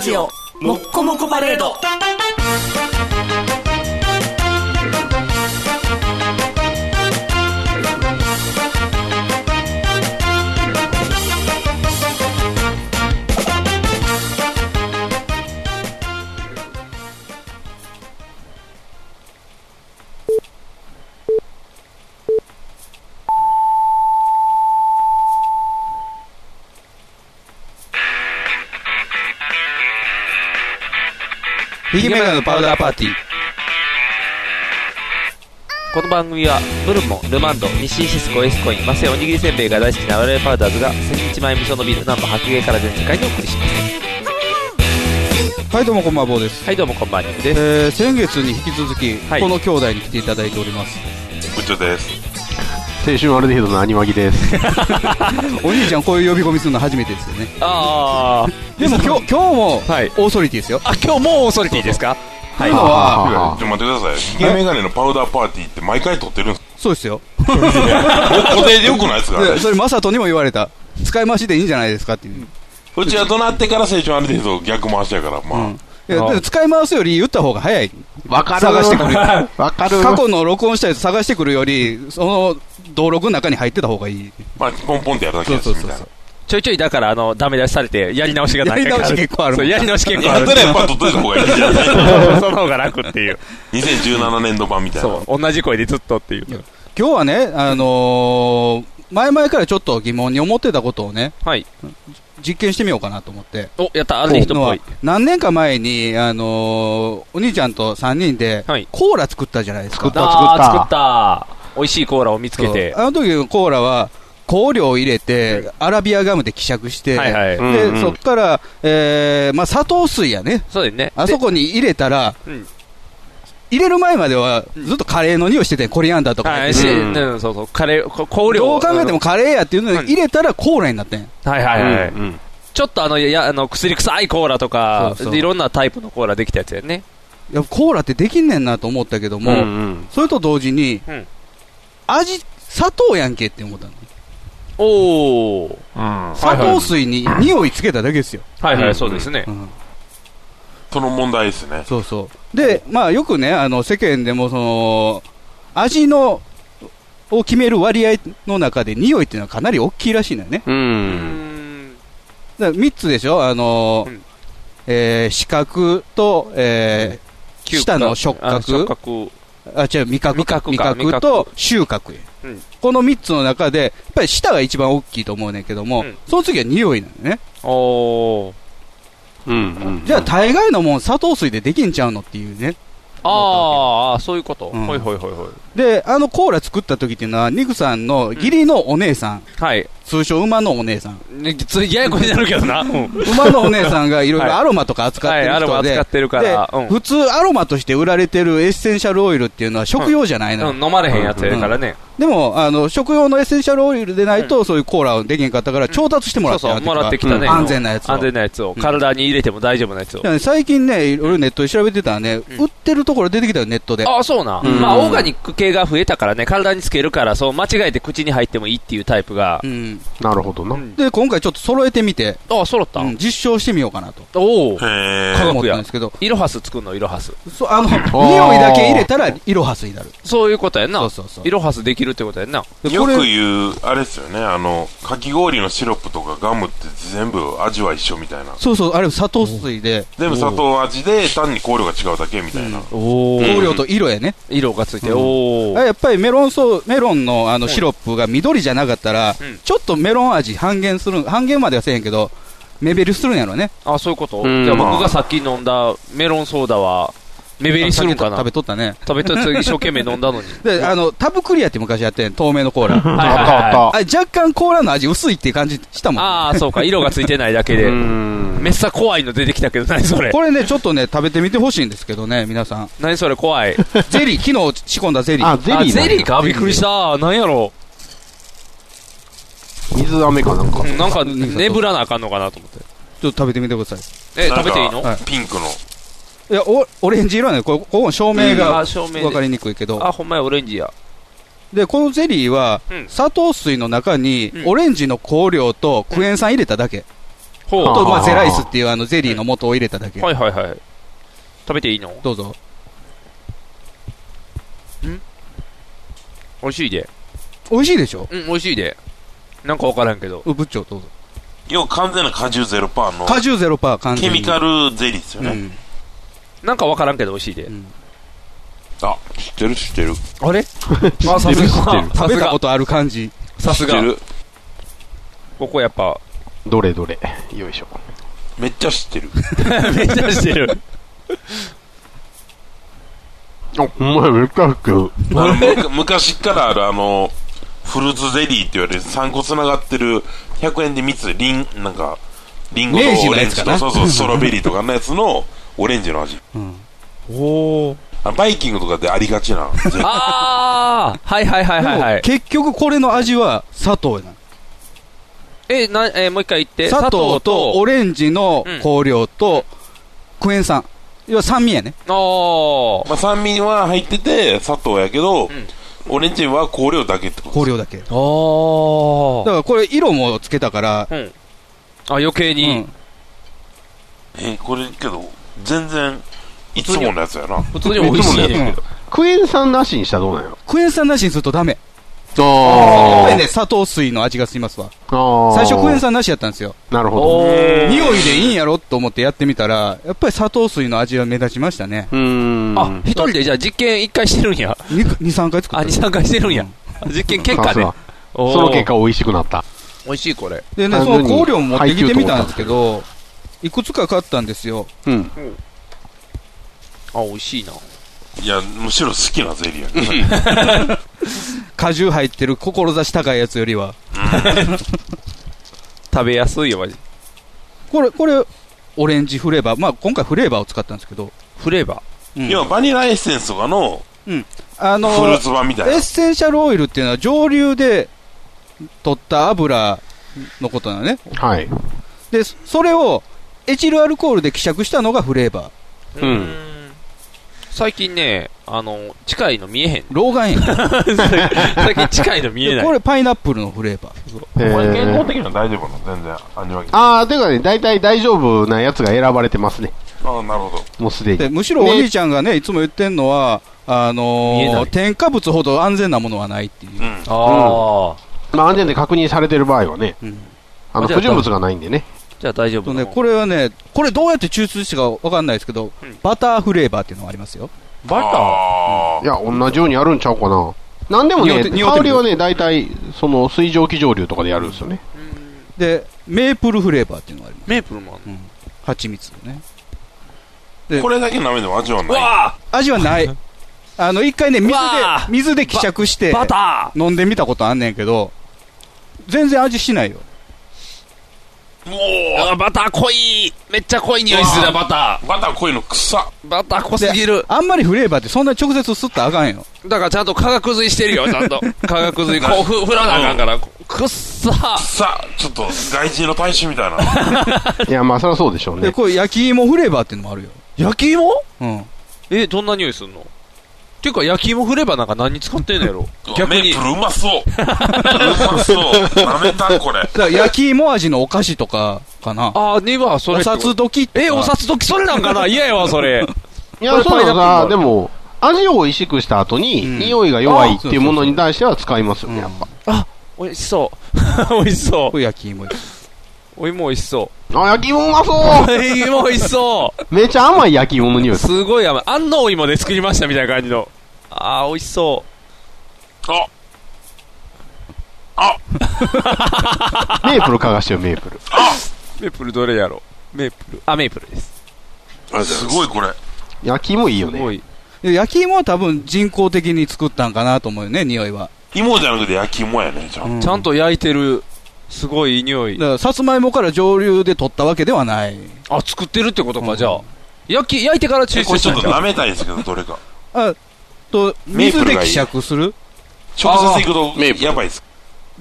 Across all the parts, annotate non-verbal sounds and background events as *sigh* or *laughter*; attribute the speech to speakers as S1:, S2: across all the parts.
S1: ジオもっこもこパレード
S2: ヒゲメガネのパウダーパーティー。
S3: この番組はブルモン、ルマンド、西シスコ、エスコイン、マセイおにぎりせんべいが大好きな我々パウダーズが千日前無償のビール南部白芸から全世界にお送りします
S2: はい、どうもこんばんは、坊です。
S3: はいどうもこんばんはです
S2: えー、先月に引き続き、
S3: はい
S2: この兄弟に来ていただいており *laughs* ます。
S4: 部長です。
S5: 青春アルデヒドのアニマギです。
S2: お兄ちゃん、こういう呼び込みするの初めてですよね。
S3: あ
S2: でも今日、今日も、
S3: はい
S2: オーソリティですよ。
S3: あ今日もう恐れていいですか
S2: というのは、
S4: ちょっと待ってください。ヒゲメガネのパウダーパーティーって毎回撮ってる
S3: *laughs*
S4: んです
S2: そう *laughs* ですよ。
S4: か固定でよくないですか
S2: でそれ、マサトにも言われた。使い回しでいいんじゃないですかっていう。
S4: うちは怒鳴ってから青春ある程度逆回しやから、
S2: う
S4: まあ。
S2: ん。いやでも使い回すより言った方が早い。
S5: わかる。
S2: 探してくれ。
S5: わかる。
S2: 過去の録音したやつ探してくるより、その、登録の中に入ってた方がいい。
S4: まあ、ポンポンってやるだけですみたいな。
S3: ちょいちょいだからあのダメ出しされてやり直しがない
S2: やり直し結構ある
S3: そうやり直し結構あ
S4: や
S3: る
S4: ったらやっぱ撮っといた方がいいんじゃ
S3: *laughs*
S4: ない
S3: その方が楽っていう
S4: ?2017 年度版みたいな。
S3: そう同じ声でずっとっていう
S2: 今日はね、あのー前々からちょっと疑問に思ってたことをね、
S3: はい
S2: 実験してみようかなと思って。
S3: おやったある人っぽい
S2: 何年か前に、あのーお兄ちゃんと3人で、
S3: はい
S2: コーラ作ったじゃないですか。
S5: 作った
S3: あー作った美味しいコーラを見つけて
S2: そうあの時のコーラは、香料を入れて、アラビアガムで希釈して、
S3: はいはい
S4: うん
S2: で
S4: うん
S2: そっから、えーまあ、砂糖水やね。
S3: そうだよね
S2: あそこに入れたら、
S3: でうん
S2: 入れる前まではずっとカレーの匂いしてて、コリアンダーとか
S3: は
S2: 入
S3: い
S2: って
S3: し
S2: て、
S3: うんそうそうカレーこ香料
S2: どう考えてもカレーやっていうのに
S3: うん
S2: 入れたらコーラになってん。
S3: はいは
S5: う
S3: い
S5: ん
S3: はい、
S5: うん
S3: ちょっとあのいやあの薬臭いコーラとか
S2: そうそう
S3: でいろんなタイプのコーラできたやつやね
S2: いやコーラってできんねんなと思ったけども、
S5: うんうん
S2: それと同時に、
S3: うん
S2: 味、砂糖やんけって思ったの。
S3: おお
S2: 砂糖水に匂いつけただけですよ。
S3: はいは
S5: う
S3: い
S5: ん
S3: そうですね
S2: うん
S4: その問題ですね。
S2: そうそう。で、まあよくね、あの、世間でもその、味の、を決める割合の中で匂いっていうのはかなり大きいらしいのよね。
S5: う。
S3: うんん
S2: だから3つでしょあのー
S3: うん
S2: えー視覚と、えー舌の触
S3: あ
S2: 覚
S3: 覚
S2: あ、違う、味覚か。
S3: 味覚か
S2: と収穫や
S3: うん
S2: この3つの中で、やっぱり舌が一番大きいと思うねんけども、
S3: うん
S2: その次は匂いなのね。
S3: おー
S5: うんうん。
S2: じゃあ大概のもん砂糖水でできんちゃうのっていうね。
S3: あーあーそういうこと、
S2: うん
S3: ほいほいほいほい
S2: で、あのコーラ作った時っていうのは、ニクさんの義理のお姉さん、
S3: はい
S2: 通称馬のお姉さん。
S3: ねそれややこになるけどな、うん
S2: 馬のお姉さん
S3: *laughs*
S2: がいろい
S3: はい
S2: ろアロマとか扱っ
S3: は
S2: て
S3: い
S2: る
S3: アロマ
S2: 人で、
S3: 扱ってるから、うん
S2: 普通アロマとして売られてるエッセンシャルオイルっていうのは食用じゃないのよ、
S3: うん飲まれへんやつやからね、
S2: でもあの食用のエッセンシャルオイルでないとそういうコーラはできんかったから調達しても
S3: そ
S2: ら
S3: う
S2: った
S3: そうもらってきたね、
S5: うん
S2: 安全なやつを
S3: 安全なやつを、体に入れても大丈夫なやつを
S2: だからね最近ねいろいろネットで調べてたらね、売ってるところ出てきたよネットで
S3: ああ、そうな。
S5: うん
S3: まあ、オーガニック系が増えたからね、体につけるから、そう、間違えて口に入ってもいいっていうタイプが
S2: う。ん
S5: なるほどな。
S2: で今回ちょっと揃えてみて、
S3: ああ、揃った。
S2: うん実証してみようかなと
S3: おお。
S4: へ
S3: 科
S4: ー。
S2: 思ったん
S3: 学や
S2: ですけど
S3: イロハス作るの、イロハス。
S2: そう
S3: *laughs*
S2: あの匂いだけ入れたらイロハスになる
S3: そういうことやんな。
S2: そうそうそう
S3: イロハスできるってことやんな。
S2: で
S4: よ
S2: これ
S4: く言う、あれですよね、あの、かき氷のシロップとかガムって全部味は一緒みたいな。
S2: そうそうあれ砂糖水で
S4: 全部砂糖味で単に香料が違うだけみたいな。
S3: お
S2: 香料と色やね、
S3: 色がついて、おお
S2: あ。やっぱりメロンソメロンのあのシロップが緑じゃなかったら、
S3: うん
S2: ちょっとメロン味半減する、半減まではせえへんけど、目減りするんやろね。
S3: あ、そういうこと。
S5: うん
S3: じゃあ僕がさっき飲んだメロンソーダは、目減りするんかな
S2: 食。べとったね。
S3: 食べたやつ一生懸命飲んだのに。
S2: で、あの、タブクリアって昔やってん、透明のコーラ。
S3: はいはいはい
S5: あ
S2: あ若干コーラの味薄いっていう感じしたもん。
S3: ああ、そうか。色がついてないだけ
S5: う
S3: で。
S5: ん
S3: めっさ怖いの出てきたけど、何そ
S2: *laughs*
S3: れ。
S2: これね、ちょっとね、食べてみてほしいんですけどね、皆さん。
S3: 何それ怖い。
S2: ゼリー、昨日仕込んだゼリ
S5: あ、
S2: ー。
S5: ゼリ
S3: あ、
S5: ーな
S3: ゼ
S5: ん
S3: リー
S5: や。
S3: かびっくりした。何やろう。
S5: 水飴かなんか。
S3: なんか、眠らなあかんのかなと思って。
S2: ちょっと食べてみてください。
S3: え、
S4: なんか
S3: 食べていいの
S2: はい
S4: ピンクの。
S2: いや、おオレンジ色やねこここの照明
S3: うん
S2: が
S3: あ照明で
S2: 分かりにくいけど。
S3: あ、ほんまや、オレンジや。
S2: で、このゼリーは
S3: うん、
S2: 砂糖水の中に
S3: う、ん
S2: オレンジの香料とクエン酸入れただけ。
S3: ほう。
S5: あ
S2: と、まあ、
S5: ー
S2: ゼライスっていうあのゼリーの素を入れただけ。
S3: はいはいはい。食べていいの
S2: どうぞ。
S3: 美味しいで。
S2: 美味しいでしょ
S3: うん、美味しいで。なんかわからんけど。
S2: う部長どうぞ。
S4: 要は完全な果汁ゼロパーの
S2: 果汁ゼロパー完全
S4: ケ
S2: に
S4: ミカルゼリーですよ
S2: う
S4: ね。
S2: ん。
S3: なんかわからんけど美味しいで
S2: う。ん
S4: あ、知ってる知ってる。
S3: あれ *laughs* あ、
S5: 知
S3: さ
S5: ってる
S3: す
S5: 知って
S3: が
S5: る。
S3: さ
S2: 食
S3: す
S2: べた
S3: が
S2: こ。とある感じ。
S3: さす
S4: 知っ
S3: が
S4: て。る。
S3: ここやっぱ、
S5: どれどれ。よいしょ。
S4: めっちゃ知ってる。
S3: *laughs* めっちゃしてる。
S5: あ、ほんまや、めっちゃ合ってる。
S4: あのむか *laughs* 昔からあるあの、フルーツゼリーって言われる3個繋がってる100円で3つ、リン、なんか、リンゴと
S2: 明治
S4: オ
S2: の
S4: レ
S2: や
S4: ン
S2: つ
S4: ジ
S2: か
S4: と、
S2: な
S4: そうそう、ストロベリーとかのやつのオレンジの味。
S2: うん。おお。
S4: あのバイキングとかでありが *laughs* ちな。ゼリー
S3: あーはいはいはいはいは
S2: でも
S3: い。
S2: 結局これの味は砂糖やな。
S3: え、な、えーもう一回言って。
S2: 砂糖とオレンジの
S3: うん
S2: 香料とクエン酸。要は酸味やね。
S3: あ
S4: まあ、酸味は入ってて、砂糖やけど、
S3: ん
S4: オレンジは香料だけってこと
S2: 香料だけ。だ
S3: あ。あ
S2: からこれ色もつけたから、
S3: あ。うん。あ、余計
S2: う
S3: に、
S2: ん。
S4: えーこれけど、全然、いつものやつやな。
S3: 普通に美味しい
S5: いつもの
S3: ね
S5: や。クエン酸なしにしたらどうなんやろ
S2: クエン酸なしにするとダメ。やっ
S5: あ
S2: ぱりね、砂糖水の味がしますわ。
S5: あ
S2: 最初クエン
S5: 酸。
S2: 酸なしやったんですよ。
S5: なるほど。
S3: おー
S2: 匂いでいいんやろと思ってやってみたら、やっぱり砂糖水の味は目立ちましたね。
S5: うーん。
S3: あ、一人でじゃあ実験一回してるんや。
S2: 2、3回作
S3: あ、
S2: っ
S3: 二
S2: た。
S3: 三回してるんや。実験結果
S5: さす
S3: ね
S5: が。その結果美味しくなった。
S3: おー。美味しいこれ。
S2: でね、
S5: 単
S2: そ
S5: 純
S2: の
S5: に
S2: 香料も持ってきてみたんですけど、いくつか買ったんですよ。
S5: うん。
S3: あ、美味しいな。
S4: いや、むしろ好きなゼリー *laughs* やね。
S2: 果汁入ってる志高いやつよりは。
S3: 食べやすいよ、マジ。
S2: これ、これ、オレンジフレーバー。まあ、今回フレーバーを使ったんですけど。
S3: フレーバ
S2: うん
S4: 要はバニラエッセンスとかの
S2: あの、
S4: フルーツ版みたい
S2: エ
S4: な
S2: ッ。センシャルオイルっていうのは上流で取った油のことなのね。
S5: はい。
S2: で、それをエチルアルコールで希釈したのがフレーバー。
S3: ー。
S5: うん
S3: ん。最近ね、あの、近いの見えへ *laughs* ん。
S2: 老眼やん。
S3: 最近近いの見えな
S2: こ
S3: い。
S2: れパイナップルのフレーバー。
S5: え
S4: これ健康
S5: ー、
S4: 的なの大丈夫なの全然。味わい
S5: ああ、てかね、大体大丈夫なやつが選ばれてますね。
S4: ああ、なるほど。
S5: もうすで
S2: で
S5: に。
S2: むしろお兄ちゃんがね、いつも言ってんのは、あ
S3: 見えな
S2: のー
S3: い
S2: 添加物ほど安全なものはないっていうう。
S4: ん。
S3: ああ。
S5: まあ、安全で確認されてる場合はね、
S2: うん
S5: あ
S3: あ
S5: の、
S3: じゃあ
S5: 不純物がないんでね。
S3: じゃあ大丈夫
S2: と
S3: な
S2: ね、
S3: の。
S2: これはね、これどうやって抽出したかわかんないですけど、
S3: うん
S2: バターフレーバーっていうのがありますよ。
S3: バター
S5: いや、同じようにあるんちゃうかな。なんでも
S2: 匂っ
S5: ね、
S2: て匂ってみる
S5: 香りはね、大体、その、水蒸気蒸留とかでやるんですよね。
S2: で、メープルフレーバーっていうのがあります。
S3: メープルもある
S2: 蜂蜜のね。
S4: これだけ舐めても味は
S3: の。
S4: ない。
S3: わあ
S2: 味はない。
S3: *laughs*
S2: あの、一回ね、水で
S3: わあ、
S2: 水で希釈して、
S3: バタ
S2: 飲んでみたことあんねんけど、全然味しないよ。
S3: ーあバター濃いめっちゃ濃い匂いするな、
S4: うわ
S3: バタ
S4: バター濃いの臭っ。
S3: ー。バター濃すぎる。
S2: あんまりフレーバーってそんな直接吸ったらあかんよ。
S3: だからちゃんと科学吸いしてるよ、ちゃ *laughs* んと。科学吸い、こう、ふ、振らなあかんから。くっさー
S4: さあ、ちょっと外人の大衆みたいな。
S5: いや、まあ、そりゃそうでしょう
S2: で、
S5: ね。
S2: こういう焼き芋フレーバーっていうのもあるよ。
S3: 焼き芋
S2: うん。
S3: え、どんな匂いすんのていうか、焼き芋振ればなんか何に使ってんのやろ逆
S4: メ
S3: に
S4: ープ。ルうまそう。うまそう。舐めたこれ。
S2: だから焼き芋味のお菓子とかかな。
S3: あー、には、それ。
S2: お札時とか
S3: え、お札時それなん *laughs* かな嫌やわ、それ。
S5: いや、そうなの
S3: パイナップルもあ
S5: さ、
S3: る
S5: でも、味を美味しくした後に、
S2: うん
S5: 匂いが弱いっていうものに対しては使いますよね、やっぱ。
S3: あ、美味し *laughs* そう。美味しそ
S2: これ焼き芋です。
S3: う。お芋美味しそ
S5: あ、焼き芋うまそう
S3: う。芋美味しそう。
S5: めちゃ甘い焼き芋の匂いする。
S3: *laughs* すごい甘い。安納芋で作りましたみたいな感じの。あー、美味しそ
S4: あ、
S5: メープル嗅がしてよ、メープル。
S3: う。メープルどれやろメープル。あ、メープルです。
S4: すごいこれ。
S5: 焼き芋いいよ
S3: す
S5: ね。
S3: ごい。
S2: で焼き芋は多分人工的に作ったんかなと思うよね、匂いは。
S4: 芋じゃなくて焼き芋やね、じゃあ。
S3: ちゃんと焼いてる。すごいいい匂い
S2: だ。から、さつまいもから上流で取ったわけではない。
S3: あ、作ってるってことか、じゃあ。焼き、焼いてから抽出
S4: これ
S3: し
S4: ち
S3: た
S4: ょ
S3: ん
S4: っ
S3: じ
S4: と
S3: ゃん
S4: 舐めたいんですけど、どれか。
S2: あと、
S4: メー
S2: 水
S4: プル
S2: で
S4: がいい
S2: 希釈する
S4: 直接行くと、やばいです。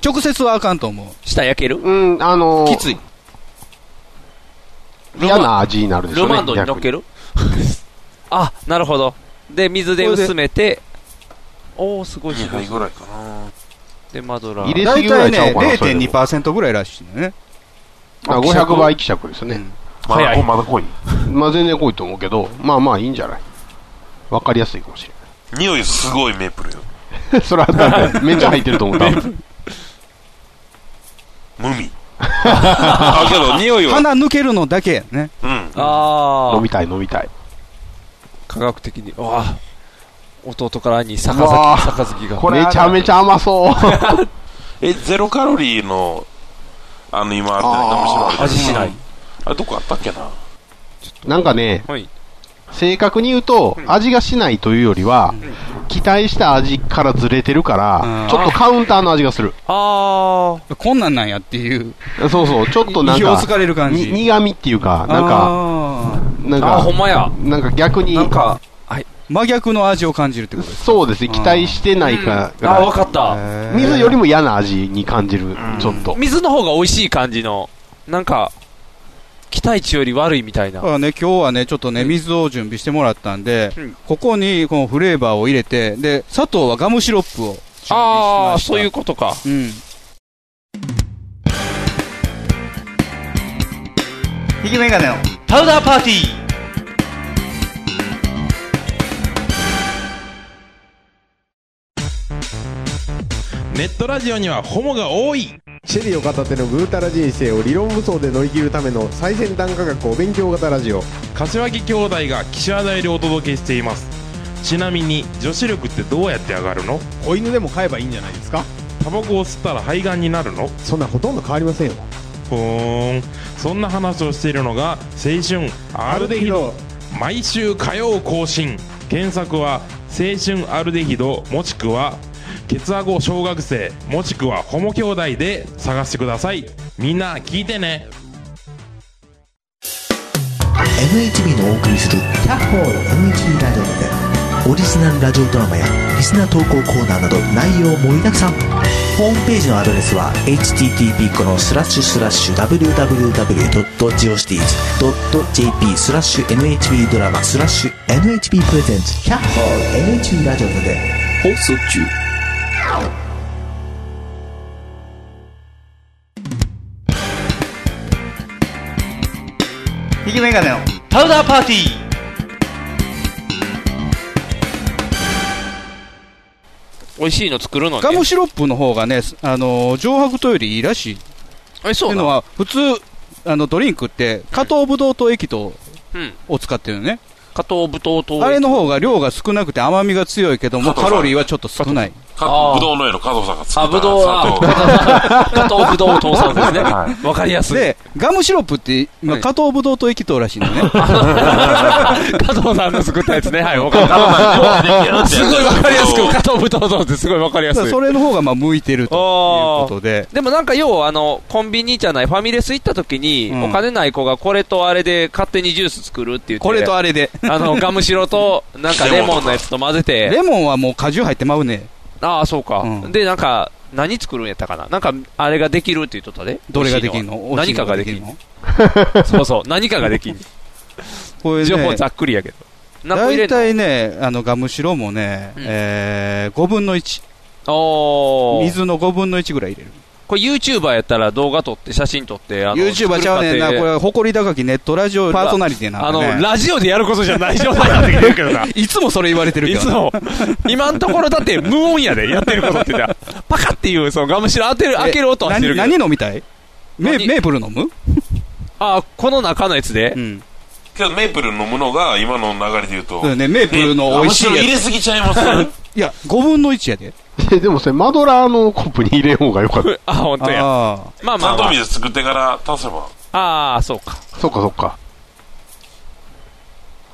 S2: 直接はあかんと思う。
S3: 下焼ける
S5: うん、あのー
S2: きつい。
S5: 嫌な味になるでしょ
S3: ル
S5: うね。
S3: マンドに乗っける *laughs* あ、なるほど。で、水で薄めて、おー、すごいす
S4: 2
S3: ごい
S4: 杯。ぐらいかな。
S3: で、マドラ
S5: 入
S3: ー。
S5: れす
S2: 大
S5: ぎぐら
S2: 体
S5: いちゃう
S2: ね、
S5: かなそれでも
S2: 0.2%ぐらいらしいのね。
S5: あ500倍希釈ですね。
S4: まだ
S6: 早い
S4: まだ濃い。
S5: まあ全然濃いと思うけど、まあまあいいんじゃないわかりやすいかもしれ
S4: 匂いすごいメープルよ。
S5: ない。 *laughs* それはだって、めっちゃ入ってると思う。多分
S4: 無味。あ、けど匂いは。
S2: 鼻抜けるのだけやね。
S4: うん。
S6: あ
S5: 飲
S6: あ
S5: みたい飲みたい。
S6: 科学的にうわ弟から兄坂
S5: うわ
S6: 崎
S5: ー
S6: 坂崎が
S5: これめちゃめちゃ甘そう。
S4: え、ゼロカロリーの、あの、今あったね、
S6: 味しない、
S4: あれどこあったっけな。
S5: なんかね、
S6: はい
S5: 正確に言うと、味がしないというよりは、期待した味からずれてるから、
S2: うん
S5: ちょっとカウンターの味がする。
S6: ああ
S2: こんなんなんやっていう。
S5: そうそう、ちょっとなん
S2: 意表
S5: か
S2: をつ、かれる感
S5: に
S2: じ。
S5: 苦味っていうか、なんか、
S2: あー
S5: なん
S6: あほん
S5: か、
S6: まや
S5: なんか逆に
S6: な、んか
S2: 真逆の味を感じるってことです。
S5: そうですね、
S2: あー
S5: 期待してないか
S6: あわ
S5: ら、
S6: かった
S2: へー
S5: 水よりも嫌な味に感じる、ちょっと。
S6: 水の方が美味しい感じのなんか期待値より悪いみたいな
S2: だからね、今日はね、ちょっとね、水を準備してもらったんで、
S6: うん
S2: ここにこのフレーバーを入れて、で、砂糖はガムシロップを準備しました。
S6: ああそういうことか
S2: うん。ひきメガネの。
S1: パウダーパーティー
S7: ネットラジオにはホモが多い
S8: シェリーを片手のぐうたら人生を理論武装で乗り切るための最先端科学お勉強型ラジオ
S7: 柏木兄弟が岸和田よりお届けしていますちなみに女子力ってどうやって上がるの
S8: 子犬でも飼えばいいんじゃないですか
S7: タバコを吸ったら肺がんになるの
S8: そんなほとんど変わりませんよ
S7: ふーんそんな話をしているのが青春アルデヒド毎週火曜更新検索は青春アルデヒドもしくはケツアゴ小学生もしくはホモ兄弟で探してくださいみんな聞いてね
S9: NHB のお送りする「キャッホール NHB ラジオ」でオリジナルラジオドラマやリスナー投稿コーナーなど内容盛りだくさんホームページのアドレスは http このスラッシュスラッシュ www.geocities.jp スラッシュ NHB ドラマスラッシュ NHB プレゼンツキャッホール NHB ラジオで
S1: 放送中
S2: ひきメガネの。
S1: パウダーパーティー
S3: 美味しいの作るの
S2: ガ
S3: ね
S2: ムシロップの方がね、すあのー、上白糖よりいいらしい。って
S3: えそ
S2: いうう
S3: な
S2: の
S3: の
S2: は、普通、あの、ドリンクって、加糖ブドウ糖液糖
S3: うん
S2: を使ってるのね。
S3: 加藤ぶとうとう
S2: あれの方が量が少なくて甘みが強いけども、
S4: 加藤さ
S2: カ
S4: ん
S2: ロリーはちょっと少ない。
S4: か
S3: あー
S4: ぶどうの絵の加藤さんが作っ
S3: あ
S4: た
S3: ぶどうは
S4: 砂糖
S3: *laughs* 加藤ぶどうとうさんですね
S4: は
S3: わかりやすい
S2: で、ガムシロップって、
S3: は
S2: 今、
S3: い
S2: 加藤ブドウ糖液糖らしいのね。
S6: 加藤さんの作ったやつねはいわかっ
S4: あ
S6: たすごいわかりやすく
S4: 加
S6: 加藤ぶどうどうってすごいわかりやす
S2: だか
S6: い
S2: らそれの方がまあ向いてるという
S6: あ
S2: こ
S6: あ
S2: とで、
S3: でもなんか要はあの、コンビニじゃない、ファミレス行った時に、
S2: うん
S3: お金ない子がこれとあれで勝手にジュース作るって言って。
S2: これとあれで、
S3: あの、ガムシロと、なんかレモンのやつと混ぜて、
S2: レモンはもう果汁入ってまうね、
S3: ああ、そうか、
S2: うん
S3: で、なんか、何作るんやったかななんか、あれができるって言っとったで。
S2: どれができんの
S3: 美味しいのは何かができんのそうそう、何かができん。
S2: これ
S3: 情報
S2: ね、
S3: ざっくりやけど。何個入れ
S2: 大
S3: んの
S2: 体ね、あのガムシロもね、
S3: うん
S2: えー5分の1、
S3: おー。
S2: 水の5分の1ぐらい入れる、
S3: これ YouTuber やったら動画撮って、写真撮って、あの、
S2: YouTuber ちゃうねんな、
S3: 作る
S2: これ、
S3: 過程
S2: 誇り高きネットラジオパーソナリティな
S6: あ
S2: ん
S6: の、
S2: かね、
S6: ラジオでやることじゃない状態になってきてるけどな
S2: いつもそれ言われてるけ
S6: い
S2: ど
S6: つ
S2: な、 *laughs*
S6: も、今のところだって無音やで、やってることって言ったらパカっていう、そのガムシロ当てる、開ける音はしてる
S2: 何
S6: けど。
S2: 何飲みたいメ
S3: 何
S2: メープル飲む、
S6: あー、この中のやつで
S2: うん、
S4: けどメープル飲むのが今の流れで言うと
S2: そうだね、メープルの美味しい
S4: ねあむろ
S2: やつ、
S4: 入れ
S2: い
S4: すぎちゃいますね
S2: や、5分の1やで、
S5: えでもそれ、マドラーのコップに入れん方がよ
S3: *laughs*
S5: かった。
S6: *laughs* あ、本当や。
S2: ああ
S6: まあまあ
S4: 砂
S6: ま
S4: 糖水作ってから足せば
S6: あ、ああ、そうか。
S5: そっかそっか。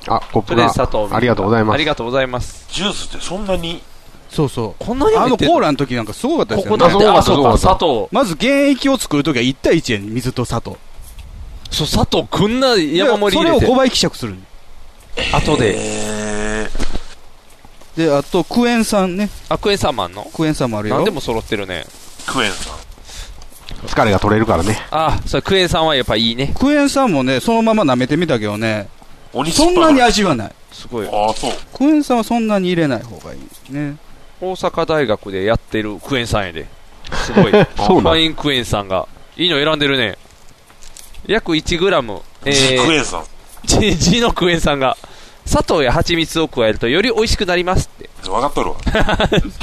S5: あ、コ
S3: と
S5: ップ
S3: りあえ
S5: が
S3: ず佐藤。
S5: ありがとうございま
S3: あ
S5: す
S3: り。がとうございます。
S4: ジュースってそんなに
S2: そうそ
S3: こんなに
S2: う、あ
S3: 入
S2: の
S3: って
S2: コ
S3: んの
S2: ーラの時なんかすごかったで
S3: こ
S2: すよ
S3: こ
S2: ね
S3: だっ。て、あ、
S5: そう
S3: そう
S5: か
S3: か、
S5: そう
S3: 砂
S5: か
S3: 糖。
S2: まず原液を作るときは1対1やん、水と砂糖。
S6: そう、佐藤くんな山盛り
S2: そ
S6: 入
S2: れ
S6: れ
S2: を
S6: て
S2: 5。倍希釈するの
S3: 後で、
S4: えー
S2: で、あと、クエン酸ね。
S3: アクエンサーマンの
S2: クエン酸もあるよ。
S3: 何でも揃ってるね。
S4: クエン酸
S5: 疲れが取れるからね。
S3: ああ、それクエン酸はやっぱいいね。
S2: クエン酸もね、そのまま舐めてみたけどね、
S4: 鬼
S2: そんなに味はない。
S3: すごい。
S4: ああそう
S2: クエン酸はそんなに入れない方がいいですね。
S3: 大阪大学でやってるクエン酸やで。すごい。フ
S5: *laughs* そうな
S3: ァインクエン酸が。いいの選んでるね。約 1g、え
S4: ク
S3: ー、
S4: エンさん。
S3: ジジのクエン酸が砂糖や蜂蜜を加えるとより美味しくなります
S5: *laughs*
S3: って
S4: 分かっとるわ。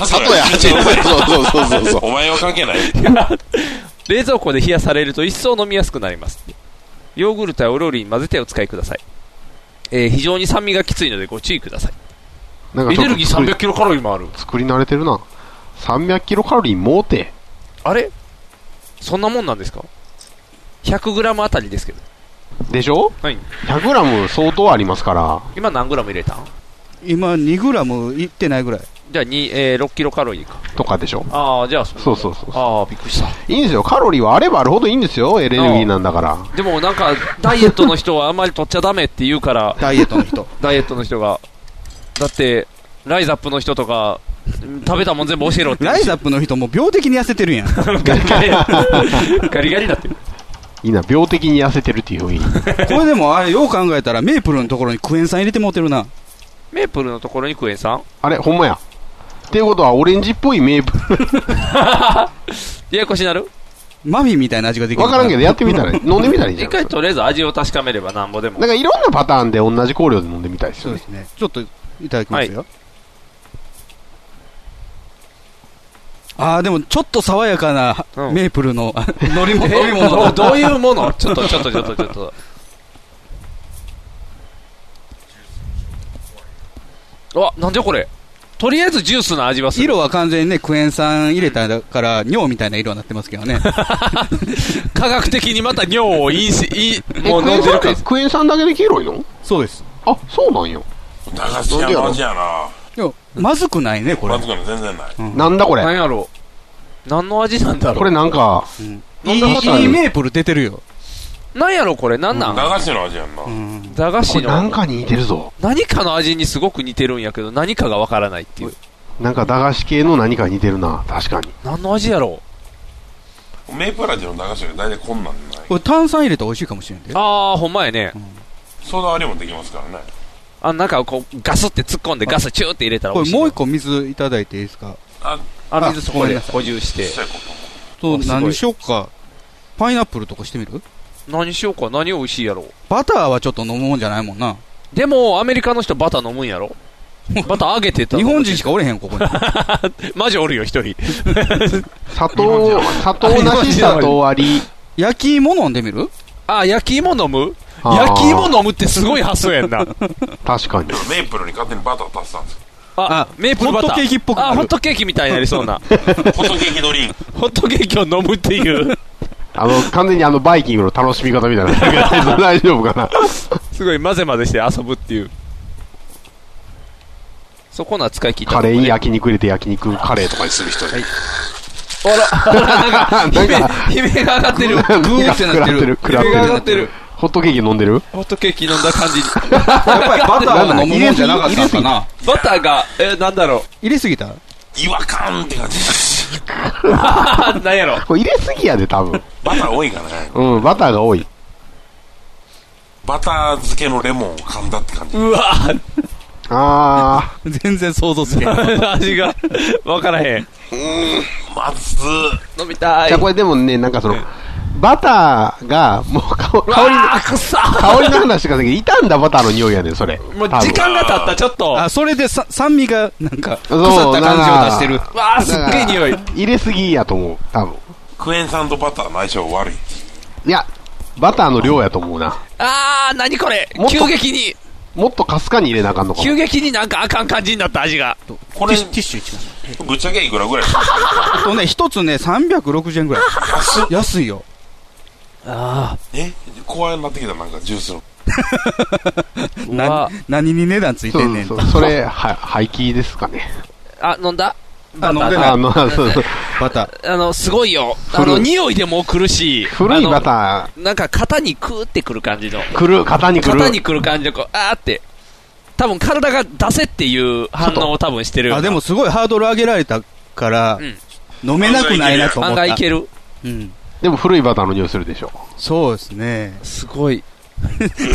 S10: 砂糖や蜂蜜。そうそうそうそうそう。
S4: お前は関係ない。
S3: 冷蔵庫で冷やされると一層飲みやすくなりますヨーグルトやお料理に混ぜてお使いください、えー非常に酸味がきついのでご注意ください
S5: なん
S10: エ
S5: かちょ
S10: ネル
S5: っと
S10: ギー
S5: 作り
S10: 300キロカロリーもある。
S5: 作り慣れてるな。300キロカロリーもうて。
S3: あれそんなもんなんですか 100g あたりですけど
S5: でしょ
S3: はい
S5: ?100g 相当ありますから。
S3: 今何 g 入れたん
S2: 今、2グラムいってないぐらい。
S3: じゃあ、にえー、6キロカロリーか
S5: とかでしょ
S3: ああじゃあそ
S5: そうそうそうそう
S3: ああびっくりした
S5: いいんですよ。カロリーはあればあるほどいいんですよ。エネルギーなんだから。
S3: でもなんかダイエットの人はあんまり取っちゃダメって言うから
S2: ダイエットの人。
S3: ダイエットの人がだってライザップの人とか食べたもん全部教えろって
S2: ライザップの人も病的に痩せてるやん。こ
S3: ガリガリガリガリだってる
S5: いいな、病的に痩せてるっていう表現。
S2: れでも、あれ、よう考えたら、メープルのところにクエン酸入れてもうてるな。
S3: メープルのところにクエン酸
S5: あれ、ほんまや。っていうことは、オレンジっぽいメープ
S3: ややこしなる
S2: マフィンみたいな味ができ
S5: ル。
S2: る。
S5: わからんけど、やってみたら、飲んでみたらいいじ
S3: 一
S5: ゃん。なん
S3: 回
S5: か
S3: とりあえず味を確かめればなんぼでも
S5: いろんなパターンで同じ香料で飲んでみたいです
S2: そう
S5: よ
S2: で
S5: ね。
S2: すね。ちょっと、いただきますよ。ああ、でも、ちょっと爽やかな、
S3: うん
S2: メープルの、 *laughs* 乗り物、飲み物
S3: どう
S2: の。
S3: どういうもの *laughs* ちょっとちょっとちょっとちょっとうわなんじゃこれとりあえずジュースの味はする
S2: 色は完全にね、クエン酸入れたから、尿みたいな色になってますけどね。
S3: 科学的にまた尿を飲しい
S5: え
S3: もう
S5: クエ
S3: 飲ん
S5: ン
S3: で
S5: 酸
S3: る
S5: っ
S3: か
S5: てクエン酸だけで黄色いの
S2: そうです。
S5: あ、そうなんよ。
S4: 駄菓子屋の味やな。
S2: でも、まずくないね、これ
S4: まず。くない全然ない。
S5: なんだこ
S3: 何
S5: れ。
S3: やろう何の味なんだ
S5: こ
S3: ろ
S5: れなんか、
S2: いい、いい
S5: ことある
S2: メープル出てるよ。
S3: うなんやろうこれ何なん
S4: 駄菓子の味やんな。
S3: 駄菓
S5: こ
S3: 子
S5: れなん
S3: の
S5: かに似てるぞ。
S3: 何かの味にすごく似てるんやけど何かがわからないっていう
S5: なんか駄菓子系の何かに似てるな。確かに。
S3: 何の味やろ
S4: メープル味の駄菓子は大体こんなんない。
S2: これ炭酸入れたら美味しいかもしれんで
S3: う。ああほんまやね
S4: ソーダ割りもできますからね。
S3: あなんかこうガスって突っ込んでガスチューって入れたら
S2: これ
S3: 美味しい
S2: もう一個水いただいていいですか
S4: あ、
S3: あ水そこで
S2: あ
S3: 補充して
S4: ちっちゃいこと。
S2: そう、
S3: あすごい
S2: 何しよっか。パイナップルとかしてみる
S3: 何しようか何美味しいやろう
S2: バターはちょっと飲むもんじゃないもんな。
S3: でもアメリカの人バター飲むんや *laughs* ろバターあげてた
S2: 日本人しかおれへん、ここに。
S3: マジおるよ一人
S5: 砂糖、砂糖なし砂糖あり。
S2: 焼き芋飲んでみる
S3: あ焼き芋飲む
S5: あー
S3: 焼き芋飲むってすごい発想やんな
S5: 確かに。
S4: メープルに勝手にバター足したんですよ。
S3: あメープルバター
S2: ホットケーキっぽくなる
S3: あホットケーキみたいになりそうな
S4: ホットケーキドリンク。
S3: *laughs* ホットケーキを飲むっていう
S5: あの、完全にあの、バイキングの楽しみ方みたいな。 *laughs* 大丈夫かな。
S3: すごい混ぜ混ぜして遊ぶっていうそこな使い切った
S5: カレーに焼肉入れて焼肉カレーとかにする人。
S3: *laughs* あら
S5: なん
S3: 悲
S5: か
S3: 鳴悲鳴が上が *laughs* ってる
S5: なんか
S2: グーってなってる
S5: 食らって
S3: 上
S5: る。
S3: がってる
S5: ホットケーキ飲んでる
S3: ホットケーキ飲んだ感じに
S2: やっぱりバターは飲むもんじゃなかったんかな。
S3: バターがえー、なんだろう
S2: 入れすぎた
S4: 違和感って感じ。
S3: あーなんやろ
S5: これ入れすぎやで、多分。
S4: バター多いかね。
S5: うん、バターが多い。
S4: バター漬けのレモンを噛んだって感じ。
S3: うわー
S5: あ
S2: 全然想像つけへん。
S3: *laughs* 味が分からへん
S4: まず
S3: 飲みた
S5: ー。
S3: い
S5: じゃあこれでもね、なんかその、バターが、もう香り、香りの
S3: あーくっさ
S5: 香りの話しかだけど、傷んだバターの匂いやねん、それ。
S3: もう
S5: 多分
S3: 時間が経ったちょっ
S2: *laughs*
S3: と
S2: あ、それでさ酸味が、なんか、腐
S5: そう
S2: った感じを出してる
S5: な。
S3: わあすっげえ匂い
S5: 入れすぎやと思う、多分。
S4: クエン酸とバターの相性悪い。
S5: いや、バターの量やと思うな。
S3: あー何これ
S5: もっと
S3: 急激に
S5: もっとかすかに入れなあかんのかも
S3: 急。激になんかあかん感じになった味が
S4: これ
S2: ティ、ッティッシュ一枚。
S4: ぶっちゃけいくらぐらいですか
S2: あとね、一つね、360円ぐらい。安いよ。
S4: え怖いなってきた、なんかジュースの。
S2: な
S3: わ
S2: 何に値段つい
S5: そ
S2: てん
S5: う
S2: ねん
S5: そう、それ、は、廃棄ですかね。
S3: あ飲んだ
S2: あ、飲んでない
S5: あ。の、そうそう。
S2: バター。
S3: あのすごいよあ
S5: 古
S3: の
S5: い
S3: 匂いでも来るし
S5: 古いバ
S3: ー
S5: タ
S3: なんか肩にクーってくる感じの
S5: ー、来る、型に来る。
S3: 肩にくる感じのこうあーって多分体が出せっていう反応を多分してる
S2: あ、でもすごいハードル上げられたから、飲めなくないなと思
S3: 案
S2: っ
S3: 外い
S2: た。
S3: ける
S2: うん。
S5: でも古いバターの匂いするでしょ。
S2: そうですね。
S3: すごい
S2: ゼ
S3: *laughs*
S2: リーゼリ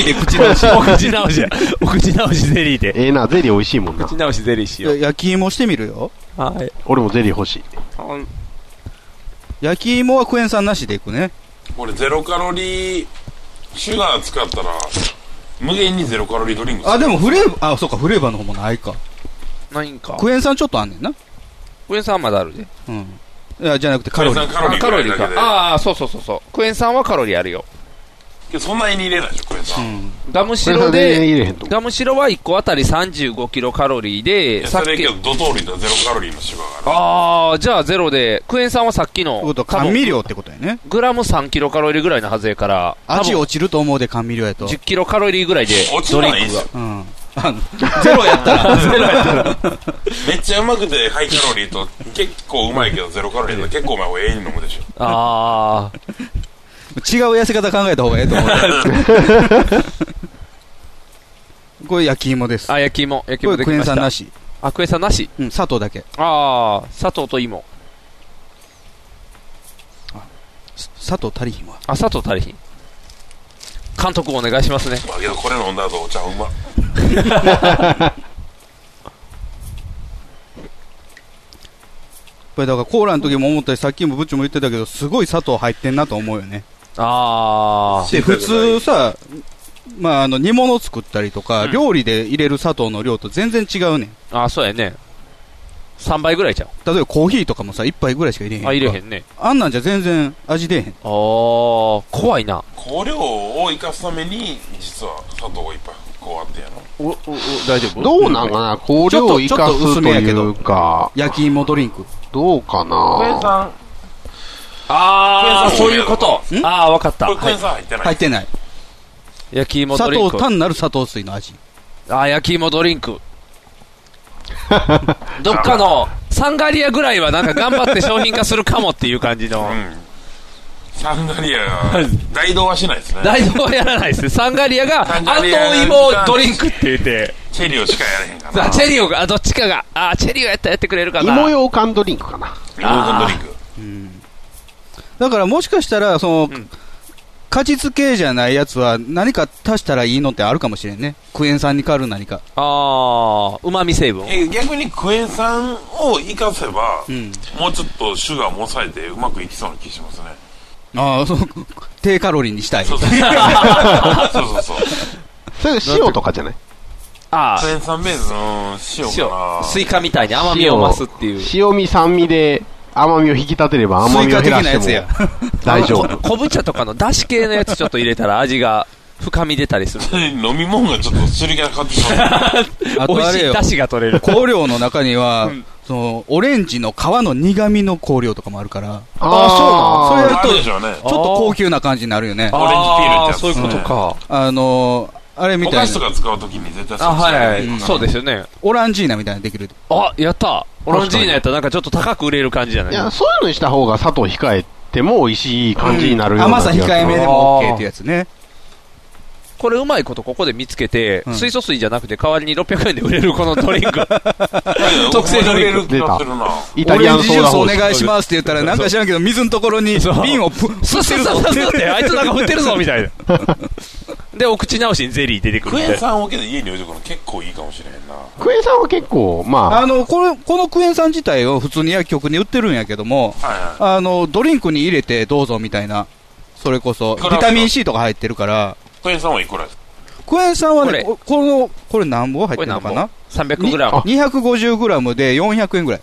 S2: ーで口直し。
S3: お口直しやお口直しゼリーで
S5: ええな、ゼリー美味しいもんな
S3: 口。直しゼリーしよう
S2: 焼き芋してみるよ。
S3: はい
S5: 俺もゼリー欲しい。
S2: 焼き芋はクエン酸なしでいくね。
S4: 俺ゼロカロリーシュガー使ったら無限にゼロカロリードリンク
S2: あ、でもフレーバー、あ、そうか、フレーバーの方もないか。
S3: ないんか。
S2: クエン酸ちょっとあんねんな。
S3: クエン酸はまだあるで。
S2: うん。いやじゃなくてカロリー。
S3: あカロリーか。ああ、そうそうそうそう。クエン酸はカロリーあるよ。
S4: そんなに入れないでしょクエン酸、
S3: ガムシロで、ガムシロは1個あたり35キロカロリー
S4: い
S3: で、
S4: や
S3: さ
S4: そ
S3: っ
S4: れ
S3: き
S4: け、どドトーリのゼロカロリーのシュガーが
S3: ああ、じゃあゼロで、クエン酸はさっきの、甘味
S2: 料ってことやね。
S3: グラム3キロカロリーぐらいのはずやから、
S2: 味落ちると思うで、甘味料やと。
S3: 10キロカロリーぐらいで、
S4: 落ち
S3: ドリ
S4: な
S3: ン
S4: いん
S3: ク
S4: す
S3: が
S4: よ。
S2: うん。あのゼロやったら、ゼロやったら。
S4: めっちゃうまくてハイカロリーと結構うまいけどゼロカロリーだと結構お前は永遠に飲むでしょ
S3: *laughs* ああ。
S2: 違う痩せ方考えた方がええと思う。
S3: *laughs*
S2: これ焼き芋です。
S3: あ、焼き芋、焼き
S2: こ
S3: 芋
S2: れ
S3: でき
S2: ク
S3: ま
S2: エン
S3: した。
S2: 酸な。し。
S3: あ、クエン酸なし。
S2: うん、砂糖だけ。
S3: ああ、砂糖と芋。
S2: 砂糖足りひんわ。
S3: あ、砂糖足りひん。監督お願いしますね。
S4: まあけどこれ飲んだ後お茶うま
S2: これだからコーラの時も思ったし、さっきもブッチも言ってたけど、すごい砂糖入ってんなと思うよね。
S3: ああ。
S2: で、普通さ、まあ、あの、煮物作ったりとか、
S3: うん
S2: 料理で入れる砂糖の量と全然違うねん。
S3: あ、そうやね。3倍ぐらいちゃう。
S2: 例えばコーヒーとかもさ、1杯ぐらいしか入れへんや
S3: あ、
S2: か
S3: 入れへんね。
S2: あんなんじゃ全然味出えへん。
S3: ああ、怖いな。
S4: 香料を生かすために実は砂糖がいっぱいこうあってやろ
S3: お、お、大丈夫
S5: どうなんかな香料を生かすというか、
S2: 焼き芋ドリンク。
S5: どうか
S4: クエン
S5: な
S4: 酸
S3: ああ、
S4: クエン酸
S3: そういうこと。
S2: ん
S3: ああ、わかった。
S4: これク
S3: は
S4: エ
S3: い
S4: ン酸入ってない、
S2: 入ってない。
S3: 焼き芋ド
S2: 砂
S3: リン
S2: 糖、
S3: ク。
S2: 単なる砂糖水の味。
S3: あー焼き芋ドリン
S5: *laughs*
S3: クどっかのサンガリアぐらいはなんか頑張って商品化するかもっていう感じの
S4: うんサンガリア大道はしないですね
S3: 大道はやらないですねサンガリアが
S4: サ
S3: 安
S4: ンガリアが
S3: 藤芋ドリンクって言って
S4: チェリオしかやらへんか
S3: あ
S4: ら
S3: チェリオがあどっちかがあチェリオやったらやってくれるかな
S5: 芋ようかんドリンクかな
S4: ヨーグルトドリンク
S2: だからもしかしたら、その、
S3: ん
S2: 果実系じゃないやつは何か足したらいいのってあるかもしれんね。クエン酸に変わる何か。
S3: あうまみ成分
S4: え逆にクエン酸を生かせば、
S2: ん
S4: もうちょっとシュガーも抑えてうまくいきそうな気しますね
S2: ああ、そう、低カロリーにしたい。
S4: そうそうそうそうそう
S5: それ塩とかじゃない
S3: あ
S4: ク
S3: ー
S4: エン酸ベースの塩
S3: 塩
S4: かな
S3: スイカみたいに甘みを増すっていう
S5: 塩味酸味で甘みを引き立てれば甘みを減らしても大
S2: *laughs*
S5: 丈夫
S3: こ昆布茶とかのだし系のやつちょっと入れたら味が深み出たりする
S4: 飲み物がちょっとすりがかかってしまう
S2: あ
S3: 美
S2: とあ
S3: 味
S2: れ
S3: しい
S2: よ
S3: だ。しが取れる
S2: 香料の中には、その、オレンジの皮の苦味の香料とかもあるから、
S5: あ
S2: それやる
S4: あ
S2: と、
S4: るで
S2: ち
S4: し
S2: ょっ
S4: ょうね
S2: と高級な感じになるよね。あ
S4: オレンジピールってやつ
S3: あーそういうことか、
S2: のー、あれみ
S4: お
S2: た
S4: 菓
S2: い
S4: 子と
S2: な、
S4: か使うときに絶対
S3: あ、はいはいはい、
S4: うん
S3: そうですよね。
S2: オランジーナみたいなのできる。
S3: あ、やった。オランジーナやったらなんかちょっと高く売れる感じじゃな
S5: あ
S3: い
S5: いやそういうのにした方が砂糖控えても美味しい感じになるような
S2: 甘さ控えめでも OK っていうやつね。
S3: これうまいことここで見つけて、
S2: うん
S3: 水素水じゃなくて代わりに600円で売れるこのドリンク。特製ド
S4: 売
S3: リ
S4: れ
S3: ンク。
S4: る気がするな
S5: イタ
S2: オ
S5: リ
S2: レ
S5: ア
S2: ン
S5: ン
S2: ジ
S5: ソ
S2: ジュ
S5: ー
S2: ー
S5: ダ
S2: スお
S5: 方式
S2: 願いしますって言ったら、なんか知らんけど、水のところに
S3: そう
S2: 瓶をプ
S3: そうそうそうそうって、あいつなんか売ってるぞみたいな。 *laughs* で、お口直しにゼリー出てくる
S4: ク
S3: み
S4: エ
S3: た
S4: ン
S3: いな。
S4: 酸をけど家に置いとくの結構いいかもしれへんな
S5: クエン酸は結構まあ
S2: あの、これ、このクエン酸自体を普通に薬局に売ってるんやけども、
S4: はいはい
S2: あの、ドリンクに入れてどうぞみたいな。それこそ、ビ
S4: クラフト
S2: タミン C とか入ってるから、
S4: クエン酸はいくらですか
S2: クエン酸はね、
S3: こ
S2: ここの、これ何本入っ
S3: こ
S2: て
S3: れ
S2: るの
S3: 何
S2: か
S3: 本
S2: な
S3: ?300g。
S2: 250g で400円ぐらい。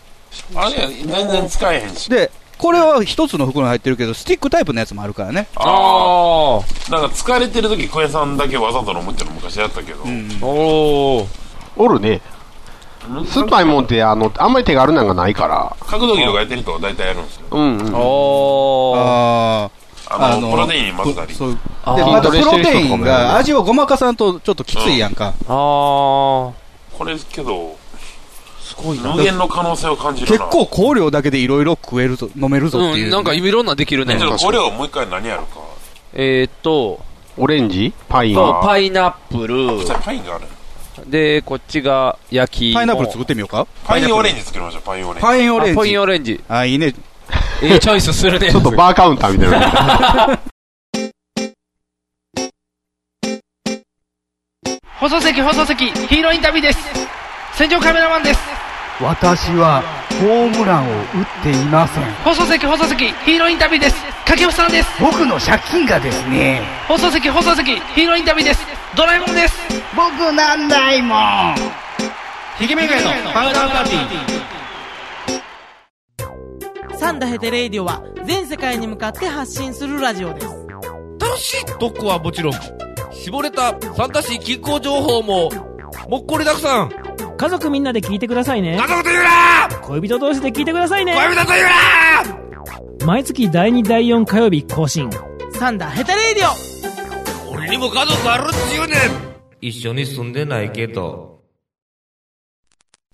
S4: あれ全然使えへんし
S2: で、これは一つの袋に入ってるけど、スティックタイプのやつもあるからね。
S4: あ
S3: あー。
S4: あなんか疲れてるときクエン酸だけわざと飲むっての昔やったけど、
S2: うん。
S3: おー。
S5: おるね酸っぱいもんってあのあんまり手軽なんかないから
S4: 角度器とかやってる人は大体やるんですよ
S5: うんうん
S3: おー。
S2: あ
S4: あのプロテインに混ぜたり
S2: ーそう。で、
S3: あー
S2: またプ
S5: 筋ト
S2: ロ
S5: レしてる人とかもやる
S2: テ
S5: ね
S2: インが味をごまかさんとちょっときついやんか。
S3: あー。
S4: これけど
S3: すごいな。
S4: 無限の可能性を感じる
S2: 結
S4: な
S2: 構香料だけでいろいろ食えるぞ、飲めるぞっていうう。
S3: ん、なんかいろんなできるね
S4: じ。ゃあこれをもう一回何やるか
S3: えーっと、
S5: オレンジパイン
S3: とパイナップ
S4: そし
S3: ル。
S4: たらパインがある
S3: で、こっちが焼き芋。
S2: パイナップル作ってみようか。
S4: パインオレンジ作りましょうパインオレンジ
S2: パインオレン
S3: あパイ
S2: ジ
S3: ン。オレンジ。
S2: あ、いいね。
S3: ええチョイスするね。
S5: ちょっとバーカウンターみたいな
S2: *laughs*
S11: 放送席放送席ヒーローインタビューです戦場カメラマンです私はホームランを打っていません
S12: 放送席放送席ヒーローインタビューです柿本さんです
S11: 僕の借金がですね
S12: 放送席放送席ヒーローインタビューですドラえもんです
S11: 僕なんないもん
S12: ひげめがのパウダーパーティー
S13: サンダヘテレイディオは全世界に向かって発信するラジオです
S14: 楽しい特攻はもちろん、絞れたサンタシー気候情報も、もっこりだくさん。
S15: 家族みんなで聞いてくださいね
S14: 家族と言うな
S15: 恋人同士で聞いてくださいね
S14: 恋人と言う
S15: 毎月第2第4火曜日更新
S13: サンダヘテレイディオ
S14: な俺にも家族あるっちゅうねん一緒に住んでないけど。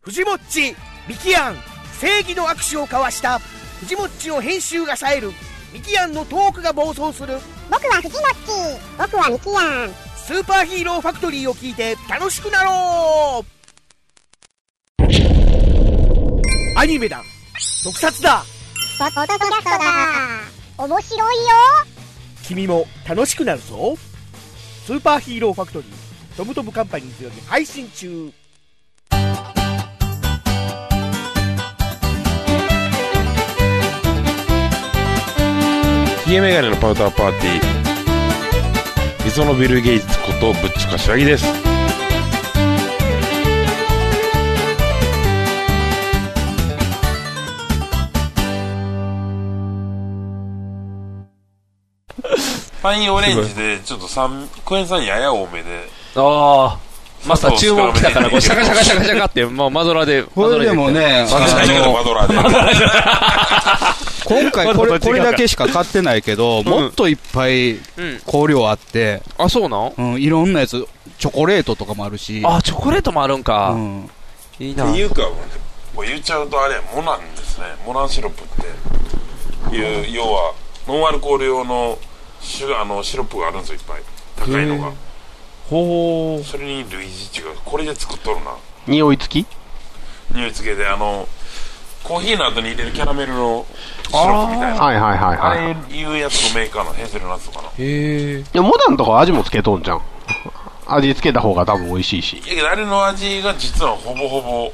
S16: 藤もっちミキアン正義の握手を交わした藤もっちの編集が冴えるミキアンのトークが暴走する僕は藤もっち僕はミキアンスーパーヒーローファクトリーを聞いて楽しくなろうアニメだ特撮だ
S17: ポポッドキャストだ面白いよ
S16: 君も楽しくなるぞスーパーヒーローファクトリートムトムカンパニーズより配信中
S7: 冷えメガネのパウダーパーティー磯野ビル・ゲイツことぶっちかしらぎです
S4: パインオレンジで、ちょっと三、クエン酸やや多めで。
S3: ああ、マスター注文来たから、こう、シャカシャカシャカシャカって、もうマドラーで、
S2: これでもね
S3: マドラー
S2: *laughs*
S3: で
S2: あのマドラーで
S3: マドラーで
S2: 今回こ
S3: まだまだ違う
S2: れ、
S3: か
S2: これだけしか買ってないけど、もっといっぱい香料あって、
S3: あ、そうなん
S2: うん、いろんなやつ、チョコレートとかもあるし、
S3: あ、チョコレートもあるんか。いいな。
S4: っていうか、もう言っちゃうとあれ、モナンですね。モナンシロップっていう、要は、ノンアルコール用のシュガーのシロップがあるんですよ、いっぱい。高いのが。
S3: ほ
S4: それに類似違う。これで作っとるな。
S5: 匂い付き
S4: 匂い付けで、あの、コーヒーの後に入れるキャラメルのシロップみたいな。
S5: あーはいはいはいはい
S4: あれいうやつのメーカーのヘゼルナッツかな。
S5: へえモダンとか味もつけとんじゃん味付けた方が多分美味しいし
S4: いやけどあれの味が実はほぼほぼ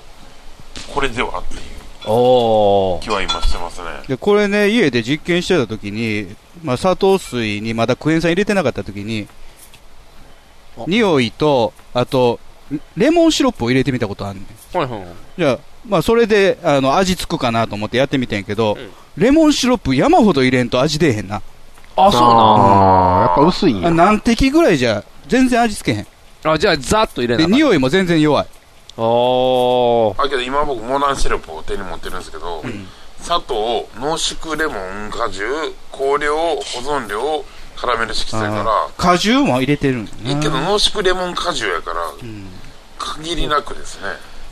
S4: これではっていう
S3: お
S4: 気は今してますね
S2: でこれね、家で実験してた時に、まあ、砂糖水にまだクエン酸入れてなかった時に、匂いと、あと、レモンシロップを入れてみたことあるねん
S3: はいはいはい。
S2: じゃあ、まあ、それで、あの、味つくかなと思ってやってみてんけど、レモンシロップ山ほど入れんと味出えへんな。
S3: あそうなん
S5: あーやっぱ薄いんや
S2: あ何滴ぐらいじゃ、全然味つけへん。
S3: あ、じゃあ、ざっと入れな
S2: で、匂いも全然弱い。
S3: お
S4: あけど今僕モナンシロップを手に持ってるんですけど、砂糖濃縮レモン果汁香料保存料カラメル色彩か
S2: あー果汁も入れてるん
S4: らいいけど濃縮レモン果汁やから、限りなくですね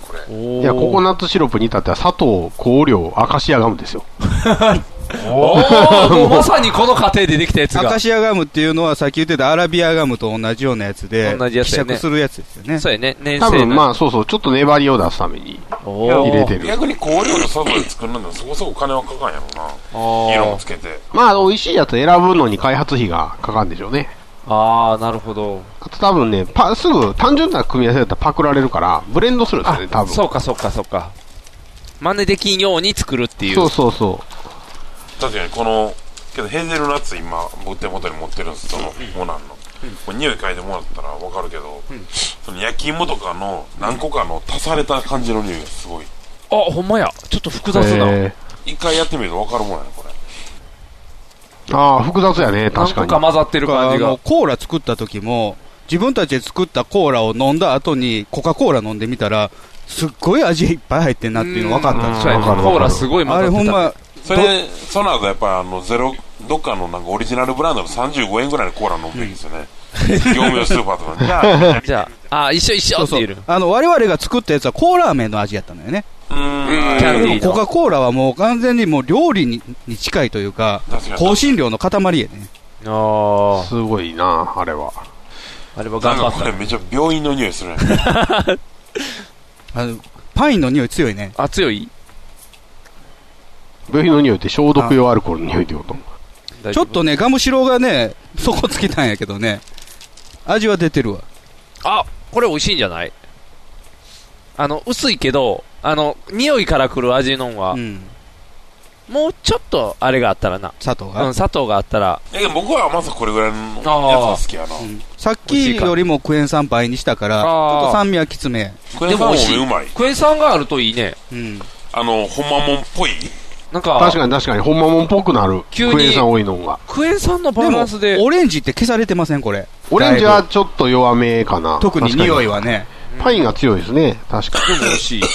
S4: これ
S5: いやココナッツシロップに至っては砂糖香料アカシアガムですよ
S3: おー、もうまさにこの過程でできたやつ
S2: ア
S3: が
S2: カ。シアガムっていうのはさっき言ってたアラビアガムと同じようなやつで、
S3: 同じやつ
S2: 希
S3: やね
S2: 釈するやつですよね。
S3: そうやね。ね
S5: 多分まあそうそうちょっと粘りを出すために入れてる
S4: 逆に香料の砂糖で作るのでもそこそこ金はかかんやろな色もつけて
S5: まあ美味しいやつ選ぶのに開発費がかかるんでしょうね
S3: ああなるほど
S5: あと多分ねパすぐ単純な組み合わせだったらパクられるからブレンドするんですよね多分
S3: そうかそうかそうか。真似できんように作るっていう。
S5: そうそうそ
S4: 確かにこのけどヘーゼルナッツ今僕手元に持ってるんですそのモナンの、これ匂い嗅いでもらったら分かるけど、その焼き芋とかの何個かの足された感じの匂いがすごい
S3: あ、ほんまや。ちょっと複
S5: 雑なへ
S4: 一回やってみると分かるもんやねこれ
S5: うああ複雑やね確かに
S3: 混ざってる感じが
S2: あのコーラ作った時も、自分たちで作ったコーラを飲んだ後にコカ・コーラ飲んでみたら、すっごい味いっぱい入ってんなっていうの分かったんです
S3: そうやねコーラすごい混
S2: あ
S3: ざ
S2: れ
S3: ってた
S2: ほんま、
S4: それその後やっぱあのゼロどっかのなんかオリジナルブランドの35円ぐらいのコーラ飲むべきですよね、業務用スーパーと
S3: *laughs*
S4: かにじゃあ
S3: じゃあ、あ、一緒一緒って言える。
S2: あの、我々が作ったやつはコーラーメンの味やったのよね。
S3: キャンディー
S2: でも
S3: の
S2: コカ・コーラはもう完全にもう料理にに近いというか
S3: 確か、に
S2: 香辛料の塊やね。
S3: あ
S5: すごいなあれは
S3: あれは
S4: なんかこれめっちゃ病院の匂
S3: *laughs*
S4: いするやん
S2: あのパインの匂い強いね。
S3: あ、強い
S5: う部品の匂いって消毒用アルコールの匂いってこと
S2: ちょっとね、ガムシロがね、そこつけたんやけどね、味は出てるわ。
S3: あ、これ美味しいんじゃないあの、薄いけど、あの、匂いからくる味のんは、もうちょっとあれがあったらな。
S2: 砂糖
S3: がうん、砂糖があったら。
S4: え、僕は甘さこれぐらいのやつ
S3: あ
S4: が
S3: あ
S4: 好きやな。
S2: さっきよりもクエン酸倍にしたから、ち
S3: あー
S2: ょっと酸味はきつめ。
S3: でも美味しい。クエン酸があるといいね。
S4: あの、ほんまもんっぽい。 *laughs*
S3: なんか、
S5: 確かに確かに、ほんまもんっぽくなる。
S3: 急に
S5: クエン酸多いのが。
S3: クエン酸のバランスで。
S2: オレンジって消されてません、これ。
S5: オレンジはちょっと弱めかな。
S2: 特に
S5: 確か
S2: 匂いはね。
S5: パインが強いですね、確か
S3: に。美味しい。
S2: こ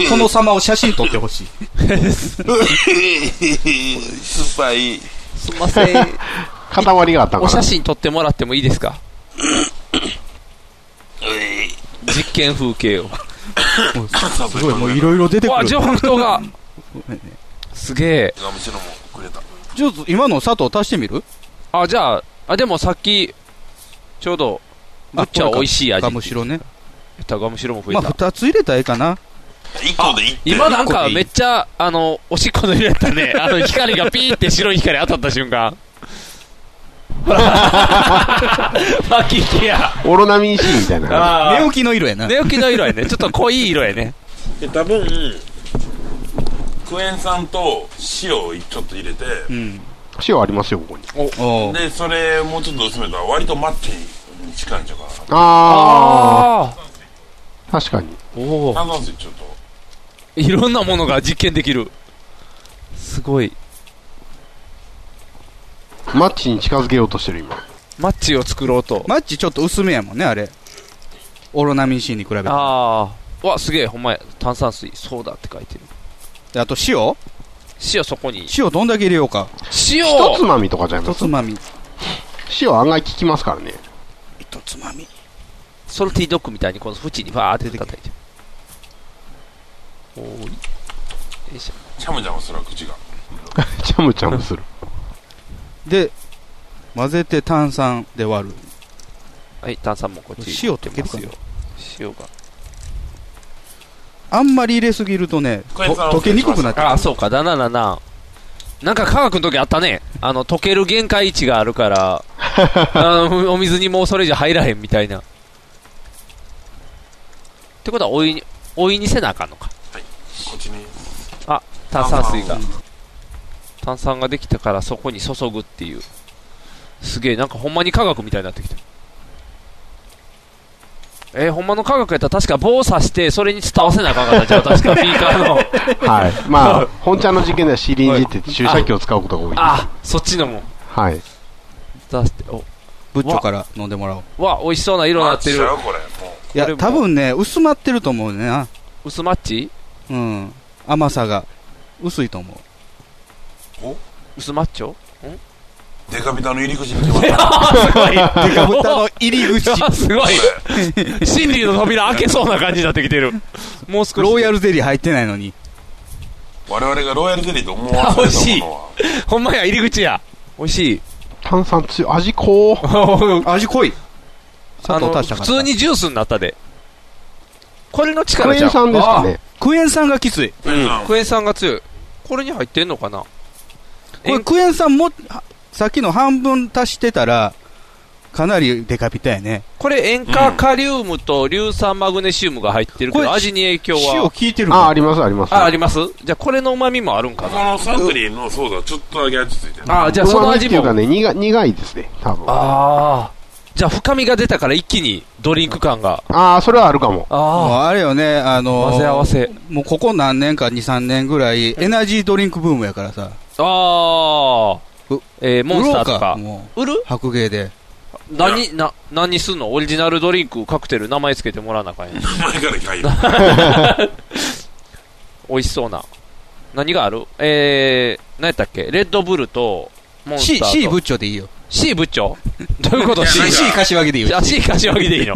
S2: れこの様を写真撮ってほしい。
S4: 酸っぱい。
S3: すいません。
S5: 塊があったんかな
S3: お写真撮ってもらってもいいですか実験風景を。
S4: すごい、も
S2: ういろいろ出てくる
S3: わ、上白糖が。すげえ。
S4: ガムシロもくれた。
S2: ちょっと今の砂糖足してみる
S3: あ、じゃあ、あ、でもさっき、ちょうど、ぶっちゃ美味しい味。
S2: ガムシロね。
S3: やったガムシロも増え
S2: まあ、
S3: た。
S2: 二つ入れたらええかな。
S4: 個でい
S3: 今なんかめっちゃ、あの、おしっこの色やった
S4: *laughs*
S3: ね。あの光がピーって白い光当たった瞬間。ほら、ファキキや。
S5: オロナミン C みたいな。
S2: 寝起きの色やな。
S3: 寝起きの色やね。ちょっと濃い色やね。
S4: で、多分、クエン酸と塩をちょっと入れて、
S5: 塩ありますよ、ここに。
S2: お
S4: で、それもうちょっと薄めたら割とマッチに近いんちゃうかな。
S5: あー。確かに。
S3: お
S4: 炭酸水ちょっと。
S3: いろんなものが実験できる。すごい。
S5: マッチに近づけようとしてる、今。
S3: マッチを作ろうと。
S2: マッチちょっと薄めやもんね、あれ。オロナミン C に比べて。あ
S3: ああ。わ、すげえ、ほんまや。炭酸水、ソーダって書いてる。
S2: と塩
S3: 塩そこに。
S2: 塩どんだけ入れようか。
S3: 塩
S5: 一つまみとかじゃない
S2: 一つまみ。
S5: 塩案外効きますからね。 *laughs*
S2: 一つまみ。
S3: ソルティドッグみたいにこの縁にバーって叩いて。おーい。よいしょ。
S4: ジャムジャムするわ、口が。
S5: チャムチャムする。
S2: で、混ぜて炭酸で割る。
S3: はい、炭酸もこっち
S2: 塩溶けるかな
S3: 塩が。
S2: あんまり入れすぎるとね、と溶けにくくなっちゃ
S3: あ、
S2: う。
S3: そうか、だなだな。なんか科学の時あったね。あの、溶ける限界値がある
S2: *laughs*
S3: から、あのお水にもうそれ以上入らへんみたいな。ってことは、お湯に、お湯にせなあかんのか。
S4: こっちに。
S3: あ、炭酸水が。炭酸ができたからそこに注ぐっていう。すげえ、なんかほんまに科学みたいになってきた。えー、ほんまの科学やったら確か棒刺して、それに伝わせなあかんかったじゃん、確かビーカーの。
S5: はい。まあ、本ちゃんの事件ではシリンジって注射器を使うことが多いです。
S3: あ、そっちのも。
S5: はい。
S3: 出して、お、
S2: ブッチョから飲んでもらおう。
S3: わ、美味しそうな色になってる。
S2: いや、多分ね、薄まってると思うねんな。
S3: 薄マッチ
S2: うん。甘さが。薄いと思う。
S3: 薄マッチョん
S4: デカビタの入り口に
S3: *laughs*
S4: 来ま
S3: すごい。
S4: デカブタの
S2: 入り
S3: 口。
S2: *laughs*
S3: すごい。真理の扉開けそうな感じになってきてる。もう少し。
S2: ロイヤルゼリー入ってないのに。
S4: 我々がロイヤルゼリーと思わ
S3: あ
S4: せ
S3: 美
S4: る
S3: 味
S4: と
S3: しい
S4: ころは。。
S3: ほんまや、入り口や。美味しい。
S5: 炭酸強い。味濃
S3: ー
S2: 味濃い。
S3: あの、
S2: 砂糖足したか
S3: 普
S2: った
S3: 通にジュースになったで。これの力
S2: ク
S3: じ
S2: エ
S3: ゃ
S2: ン酸ですかね
S3: あ
S2: クエン酸がきつい。
S3: ークエン酸が強い。これに入ってんのかな
S2: これクエン酸も、はさっきの半分足してたら、かなりデカピタやね。
S3: これ塩化カリウムと硫酸マグネシウムが入ってるけど、味に影響は。
S2: 塩効いてる
S5: あ、あります、あります。
S3: あ、ありますじゃあこれの旨味もあるんか
S4: こ
S3: な
S4: のサントリーのソーダちょっとだけ味ついてる。
S3: あーじゃあその味も
S5: うまみっていうかね、苦苦いですね、多分。
S3: ああ。じゃあ深みが出たから一気にドリンク感が。
S5: ああ、それはあるか
S2: も
S5: も。
S2: う
S3: ああ。
S2: あれよね、あのー
S3: 混ぜ合わせ。
S2: もうここ何年か、2、3年ぐらい、エナジードリンクブームやからさ。
S3: ああ。えー、モンスターとか
S2: 売。ろうか
S3: 売る
S2: 白芸で。
S3: 何、な、何すんのオリジナルドリンク、カクテル、名前つけてもらわなあかんやん。名
S4: 前から書い
S3: て。美味しそうな。何があるえー、何やったっけレッドブルと、モンス
S2: C、
S3: ターと。
S2: C ブッチョでいいよ。
S3: C 部長 *laughs* どういうこと
S2: C、C 柏木でいいよ。
S3: あ C 柏木でいいの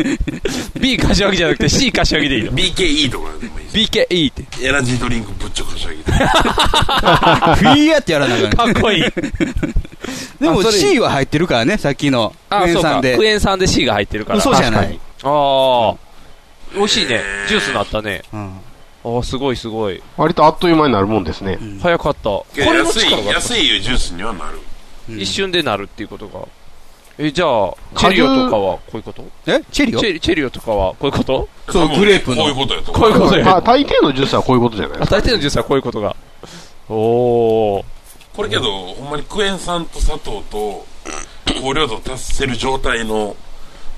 S3: B 柏木じゃなくて C 柏木でいいの
S4: BKE とかでもいい
S3: BKE って
S4: エナジードリンクぶっちょかし上げて。
S2: フィーヤってやらなあかんね
S3: かっこいい
S2: でも
S3: あそれ
S2: C は入ってるからね、さっきの。
S3: あ
S2: クエン
S3: そう
S2: 酸
S3: か
S2: で。
S3: クエン酸で C が入ってるから
S2: 嘘じゃない。
S3: ああ美味しいねジュースになったね
S2: うん
S3: ああすごいすごい
S5: 割とあっという間になるもんですね。
S3: 早 *laughs* かったこれの
S4: 安
S3: 力
S4: い、
S3: が
S4: 安いジュースにはなる。
S3: 一瞬でなるっていうことがえ、じゃあ、チェリオとかはこういうこと
S2: えチェリオ
S3: チェリオとかはこういうこと
S2: そうグレープの
S3: こういうことやと。こういうこと
S5: まあ
S3: や。
S5: 大抵のジュースはこういうことじゃない
S3: あ大抵のジュースはこういうことが。おー。
S4: これけど、ほんまにクエン酸と砂糖と香料と足せる状態の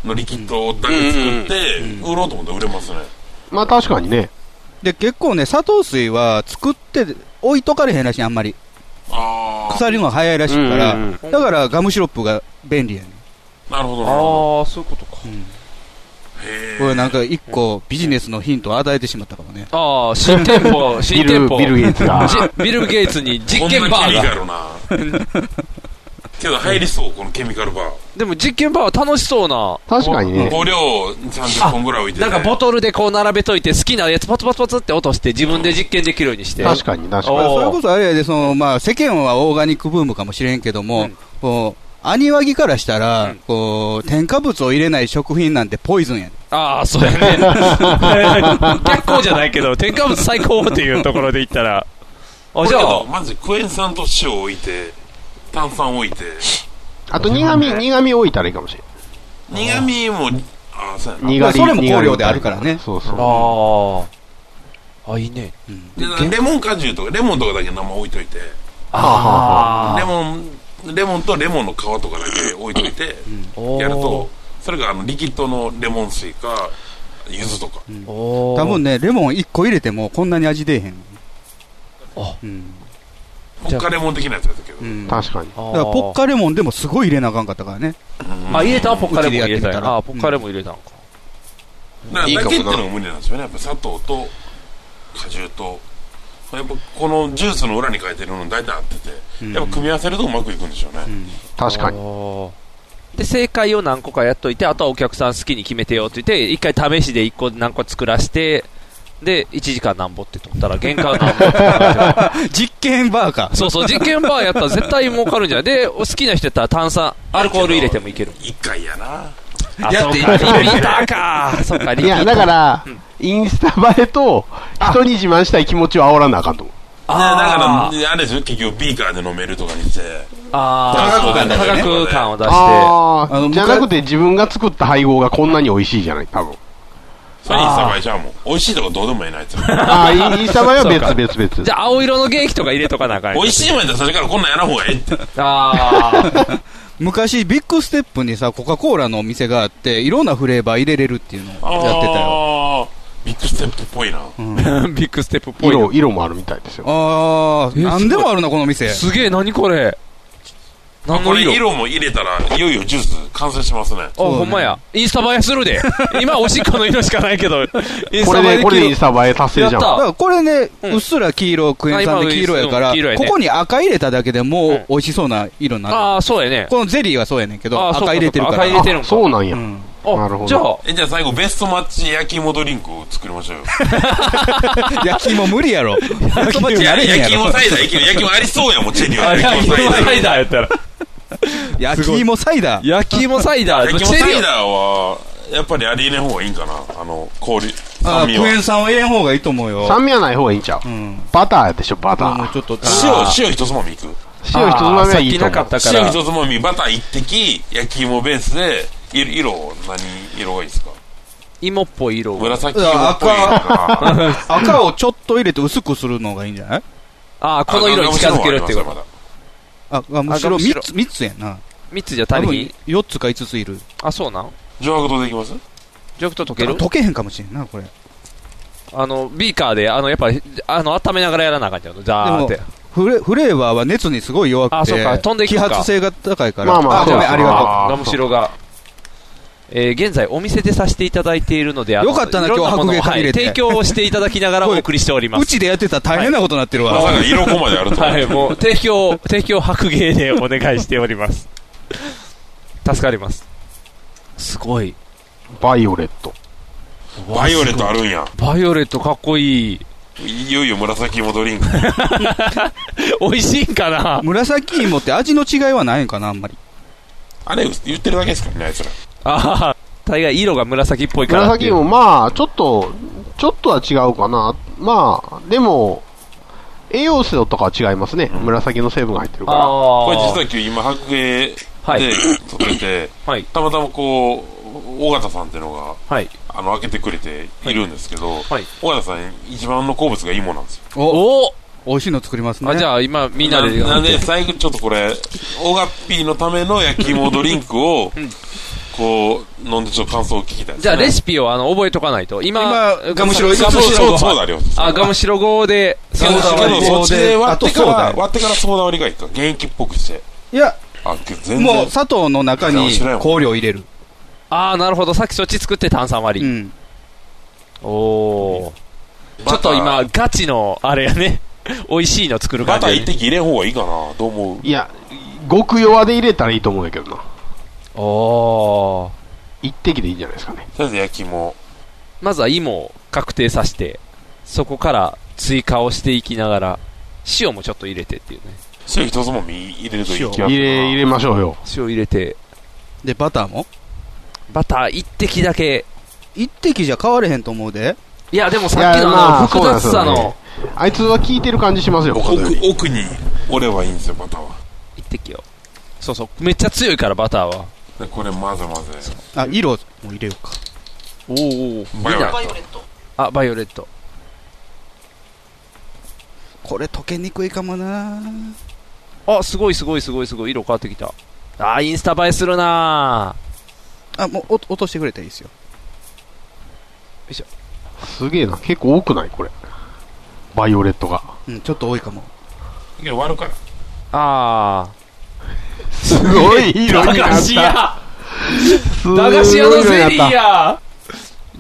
S4: のリキッドだけ作って、売ろうと思って売れますね。
S5: まあ確かにね。
S2: で、結構ね、砂糖水は作って、置いとかれへんらしい、あんまり。腐るのが早いらしいから、
S3: うんうんうん
S2: だからガムシロップが便利やねん。
S4: なるほど。
S3: ああ、そういうことか。
S2: これなんか一個ビジネスのヒントを与えてしまったからね。
S3: ああ、新店舗、新店舗。
S2: ビルビルゲイツが
S3: じビル・ゲイツに実験バーが。
S4: こ
S3: *laughs*
S4: んなケミカルな。けど入りそう、このケミカルバー。
S3: でも実験バーは楽しそうな。
S5: 確かにね
S4: 香料30本ぐらい置いて
S3: なんかボトルでこう並べといて好きなやつパツパツパツって落として自分で実験できるようにして。
S5: 確かに確
S2: まあそれこ
S3: おー
S2: そあれやで、その、まあ世間はオーガニックブームかもしれんけども、こう、アニワギからしたら、こう、添加物を入れない食品なんてポイズンやね
S3: ああ、そう *laughs* やね。逆光じゃないけど、添加物最高っていうところで言ったら。あ、じゃあ、
S4: まずクエン酸と塩置いて、炭酸置いて、
S5: あと苦味、苦味置いたらいいかもしれない。
S4: 苦味も、ああ、そうやな。
S5: 苦味。
S4: それも
S2: 香料であるから
S5: ね。そうそう。
S3: ああ。あ、いいね。
S4: でレモン果汁とか、レモンとかだけ生置いといて、
S3: あ
S4: レモン、レモンとレモンの皮とかだけ置いといて、やると、それがあのリキッドのレモン水か、柚子とか。
S2: 多分ね、レモン1個入れてもこんなに味出えへん。あ、うん。
S4: ポッカレモン的なやつやったけど。
S5: 確かに。
S2: だからポッカレモンでもすごい入れなあかんかったからね。
S3: あ、入れたんポッカレモン
S2: うちで
S3: 入
S2: や
S3: れ
S2: って
S3: た
S2: み
S3: ん
S2: た
S3: や
S2: ら
S3: あ、ポッカレモン入れたんか。
S4: だから
S3: いいか
S4: だ
S3: も
S4: け
S3: な
S4: ってのが無理なんですよね。やっぱ砂糖と果汁と。やっぱこのジュースの裏に書いてるの大体合ってて、やっぱ組み合わせるとうまくいくんでしょうね。
S5: 確か
S3: に。で、正解を何個かやっといて、あとはお客さん好きに決めてよって言って、一回試しで一個何個作らして、で、1時間なんぼって取ったら、原価なんぼって
S2: 実験バーか。
S3: そうそう、実験バーやったら絶対儲かるんじゃないで、好きな人やったら炭酸、アルコール入れてもいける。
S4: 一回やな。
S3: あ、
S4: や
S3: そ
S4: っ
S3: う
S4: て
S3: か、リピーターか。そうか、リ
S5: い
S3: ピーター。
S5: や、だから、インスタ映えと、人に自慢したい気持ちを煽らなあかんと思う。
S4: あだから、あれですよ、結局ビーカーで飲めるとかにして。
S3: あ
S4: 科学感だよね科学感
S3: を出
S4: して
S5: あー
S4: あの
S5: じゃなくて自分が作った配合がこんなに美味しいじゃない、多分。
S4: それインスタ映えちゃうもん。美味しいとかどうでもいいなや *laughs* つ。
S5: あーインスタ映えは
S3: そうか
S5: 別別別。
S3: じゃあ、青色の元気とか入れとかなあかん。
S4: 美味しいもんやったら最初からこん *laughs* なんやらんほうがええって。
S3: ああ。
S2: 昔、ビッグステップにさ、コカ・コーラのお店があって、いろんなフレーバー入れれるっていうのをやってたよ。
S4: よ。ビッグステップっぽいな。
S3: ビッグステップっ
S2: ぽいな
S5: 色、色もあるみたいですよ。
S2: あー、
S5: え
S2: なんでもあるな、この店。
S3: すげえ、何これ。
S4: あこれ色も入れたら、いよいよジュース完成しますね。あ、
S3: あ、ほんまや。インスタ映えするで。今、おしっこの色しかない
S5: *laughs*
S3: けど、インス
S5: こ
S3: タ
S5: れ
S3: 映え
S5: で、
S3: で
S5: こ
S3: き
S5: れでイ
S3: る
S5: ンス。タ映え達成じゃん。
S2: だからこれね、うっすら黄色、クエン酸で黄色やか
S3: あ
S2: ら、
S3: 今黄色や
S2: こ
S3: ね
S2: こに赤入れただけでもう美味しそうな色になる。
S3: ああ、そうやね。
S2: このゼリーはそうやねんけど、
S3: あーそうか
S2: 赤入れてるから。
S3: そうか赤入れてるんかあそう
S5: なんや。
S3: なるほどじゃあ
S4: え、じゃあ最後、ベストマッチ焼き芋ドリンクを作りましょうよ。
S2: 焼き芋無理や
S3: *laughs*
S2: ろ。焼き芋
S4: い *laughs* や
S2: やれへんや
S4: 焼き
S2: ろ
S4: 芋サイダーいける。焼き芋 *laughs* ありそうやもん、チェリーは。
S3: 焼き芋サイダーやったら。
S2: 焼き芋サイダー。
S3: 焼き芋サイダー。
S4: 焼き芋サイダー
S3: ー。
S4: は、やっぱりあり入れん方がいいんかな。あの、氷、
S2: あ
S4: 酸
S2: ー
S4: 味
S2: ク
S4: は。
S2: エン酸は入れん方がいいと思うよ。
S5: 酸味はない方がいいんちゃうバターでしょ、バター。
S2: ちょっと
S4: 塩、塩一つまみいく。
S5: 塩一つまみはいいと思う。
S4: 塩一つまみ、バター一滴、焼き芋ベースで、色、色何色がいいですか
S3: 芋っぽい色。
S4: 紫色っぽい色
S2: 赤
S4: か。
S2: 赤をちょっと入れて薄くするのがいいんじゃない
S3: ああ、 *laughs* この色に近づけるっていうこ
S4: あ
S3: と。
S2: あ、あむし
S3: あ
S2: ろ
S3: むしろ
S2: 3つ、三つやな。
S3: 3つじゃ足りひん
S2: ?4 つか5ついる。
S3: あ、そうなん
S4: 上白糖でいきます
S3: ジョクト溶ける
S2: 溶けへんかもしれんな、これ。
S3: あの、ビーカーで、あの、やっぱ、あの、温めながらやらなあかんじゃん。じ
S2: で
S3: ゃー
S2: も
S3: って。
S2: フレ、フレーバーは熱にすごい弱
S3: あ
S2: く
S3: そう
S2: て
S3: か飛んでい、く
S2: 揮
S3: か
S2: 発性が高いから。
S3: まあまあ
S2: ごめん
S3: そうか
S2: ありがと
S3: ガムシロが。えー現在お店でさせていただいているので、あの
S2: よかったない
S3: ろんもの
S2: 今
S3: を
S2: 日白芸借りれて
S3: はい提供をしていただきながらお送りしておりま
S2: う。
S3: す。
S2: う *laughs* ちでやってたら大変なことになってるわ。
S4: まさか色こまであるとは。
S3: はい、もう、提供、提供白芸でお願いしており
S2: *laughs*
S3: ます。助かります。すごい。
S5: バイオレット。
S4: バイオレットあるんや。
S3: バイオレットかっこいい。
S4: いよいよ紫芋ドリンク。
S3: *laughs* 美味しいんかな
S2: 紫芋って味の違いはないんかな、あんまり。
S4: あれ、言ってるだけですかね、あいつら。
S3: ああ、大概色が紫っぽいからってい
S5: 紫
S3: う。
S5: もまあ、ちょっと、ちょっとは違うかな。まあ、でも、栄養素とかは違いますね。紫の成分が入ってるから。
S4: これ実は今日今白芸で、撮ってて、たまたまこう、尾形さんっていうのが、あの、開けてくれているんですけど、尾形さん一番の好物が芋なんですよ。
S2: おお美味しいの作りますね。
S4: あじゃあ
S2: 今、
S4: みなんで、最後にちょっとこれ、オガッピーのための焼き芋ドリンクを、こう、飲んでちょっと感想を聞きたいですね
S3: じゃあレシピをあの覚えとかないと。今、
S4: 今ガムシロ
S3: ガムシ
S4: そ
S3: ロ
S4: うそうだよ
S3: あ、ガムシロ号で、
S4: けどそっちで割ってか
S2: あ
S4: ら、
S2: と
S4: 割ってからソーダ割りがいいか。現役っぽくして。
S2: いや、
S4: あ、けど全然。
S2: もう砂糖の中に
S4: 知らんよ
S2: 香料入れる。
S3: ああ、なるほど。さっきそっち作って炭酸割り。おおー。ちょっと今、ガチの、あれやね。 *laughs* 美味しいの作る感
S4: バ
S3: じ
S4: タ
S3: や
S4: ー
S3: ね、
S4: 一滴入れん方がいいかな。どう思う
S5: いや、極弱で入れたらいいと思うんだけどな。
S3: おー。
S5: 一滴でいいんじゃないですかね。
S4: とりあえず焼き芋。
S3: まずは芋を確定させて、そこから追加をしていきながら、塩もちょっと入れてっていうね。
S4: 塩一つもみ入れるといい気がするな
S5: ょうよ。
S3: 塩入れて。
S2: で、バターも
S3: バター一滴だけ。
S2: 一滴じゃ変われへんと思うで。
S3: いや、でも
S5: いやまあそうなんですよねあいつは効いてる感じしますよ。
S4: 奥奥に折ればいいんですよ、バターは。
S3: 一滴を。そうそう。めっちゃ強いから、バターは。
S4: で、これ混ぜ混ぜ。
S2: あ、色も入れようか。
S3: おーおー
S4: バイオレット
S3: みんなあ、バイオレット。
S2: これ溶けにくいかもな
S3: あ、すごいすごいすごいすごい。色変わってきた。あー、インスタ映えするな
S2: あ、もうお落としてくれたらいいですよ。
S5: すげえな。結構多くないこれ。バイオレットが。
S2: うん、ちょっと多いかも。
S4: いや、割るから。
S3: あ
S5: ー。すごい色に
S3: *laughs* 駄
S5: なっ
S3: 菓子屋
S5: た。すごい
S3: 駄菓子屋のゼリ
S5: 色
S3: ー
S5: になっ
S3: や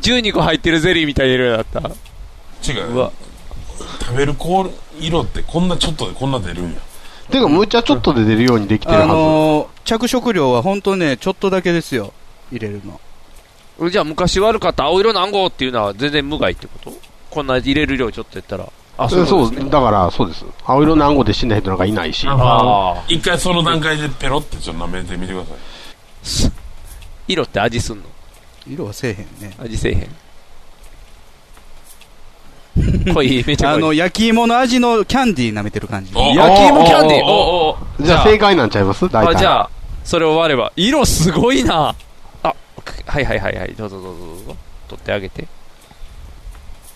S3: 12個入ってるゼリーみたいな色だった。
S4: 違う。食べるこ色ってこんなちょっとでこんな出るんや。
S5: たてか、むっちゃちょっとで出るようにできてる
S2: あ
S5: は
S2: のー着色料は本当ね、ちょっとだけですよ。入れるの。
S3: 俺じゃあ昔悪かった青色何号っていうのは全然無害ってことこんな入れる量ちょっとやったら。あ、
S5: ず。
S3: そういうこと
S5: そ
S3: で
S5: う
S3: すね。
S5: だから、そうです。青色何号で死んだ人なんかいないし。
S4: 一回その段階でペロってちょっと舐めてみてください。
S3: 色って味すんの
S2: 色はせえへんね。
S3: 味せえ *laughs* へん。濃い、めちゃ
S2: あ
S3: 濃い。
S2: の、焼き芋の味のキャンディー舐めてる感じ。
S3: お焼き芋キャンディーおおお
S5: じゃあ正解なんちゃいます大
S3: あ、
S5: 体。
S3: じゃあ、それを割れば。色すごいなあ、はいはいはいはい。どうぞどうぞどうぞ。取ってあげて。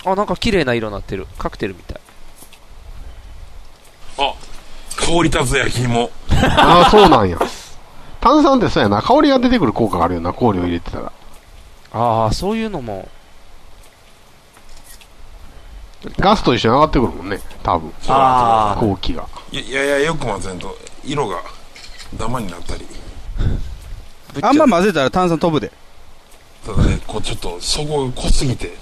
S3: あ、なんか綺麗な色になってる。カクテルみたい。
S4: あ、香り立つ焼き芋。
S5: ああ、そうなんや。炭酸ってそうやな。香りが出てくる効果があるよな。香料入れてたら。
S3: ああ、そういうのも。
S5: ガスと一緒に上がってくるもんね。多分。
S4: あー
S5: 後期が。
S4: いやいや、よく混ぜんと、色がダマになったり。
S2: あんま混ぜたら炭酸飛ぶで。
S4: ただね、こうちょっと、そこが濃すぎ *laughs* て、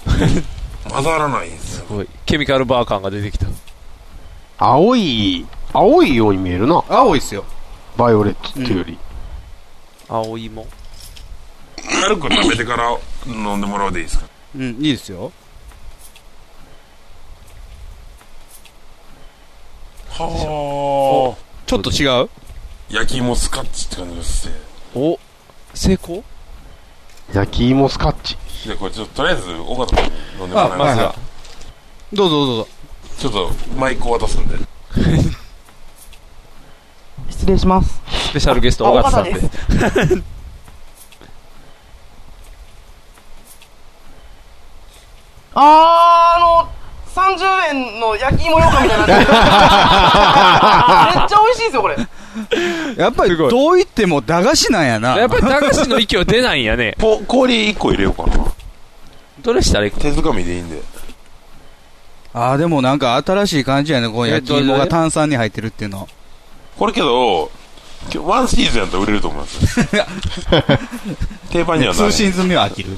S4: 混ざらないんですよ。
S3: すごい。ケミカルバー感が出てきた。
S5: 青い、青いように見えるな。
S2: 青いっすよ。
S5: バイオレットっていうより。
S3: 青芋。
S4: 軽く食べてから飲んでもらうでいいですか
S2: うん、いいですよ。
S4: は
S2: ちょっと違う
S4: あ。焼き芋スカッチって感じがして。
S3: お成功
S5: 焼き芋スカッチ。
S4: じゃあこれちょっと、とりあえず、尾形さんに飲んでもらい
S5: あ
S4: ます
S5: はい
S4: が
S5: は。
S2: どうぞどうぞ。
S4: ちょっと、マイクを渡すんで。
S18: 失礼します。
S3: スペシャルゲスト、
S18: あ
S3: 尾形さんで
S18: 尾形ですあー、あの、30円の焼き芋ようかみたいな。 *laughs* めっちゃ美味しいですよ、これ。
S2: やっぱり、どう言っても駄菓子なんやな。
S3: やっぱり駄菓子の息は出ないんや *laughs* ね。
S4: こ氷1個入れようかな。
S3: どれしたらいいか
S4: 手づかみでいいんで。
S2: ああ、でもなんか新しい感じやね。この焼き芋が炭酸に入ってるっていうの。
S4: これけど、今日ワンシーズンやったら売れると思いますよ。 *laughs* 定番にはなる。
S2: 通信済みは飽きる。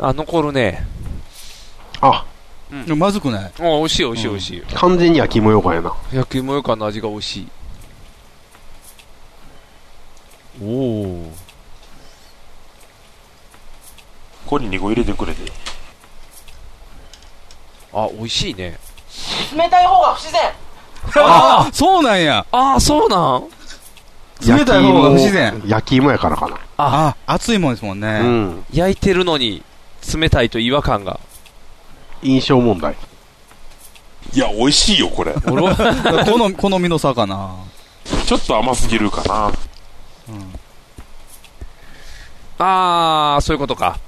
S3: あ、残るね。
S5: あ、
S2: うん、まずくない
S3: あ、美味しい美味しい美味しい。
S5: 完全に焼き芋ようかやな。
S3: 焼き芋ようかんの味が美味しい。おお。
S4: 氷2個入れてくれて。
S3: あ、美味しいね。
S18: 冷たい方が不自然。
S2: ああ、そうなんや。
S3: ああ、そうなん
S2: 冷たい方が不自然。
S5: 焼き芋焼き芋やからかな。
S2: ああ、熱いもんですもんね。
S5: うん。
S3: 焼いてるのに、冷たいと違和感が。
S5: 印象問題。
S4: いや、美味
S2: *laughs*
S4: しいよ、これ。
S2: 好み好みの差かな。
S4: ちょっと甘すぎるかな。
S3: あー、そういうことか。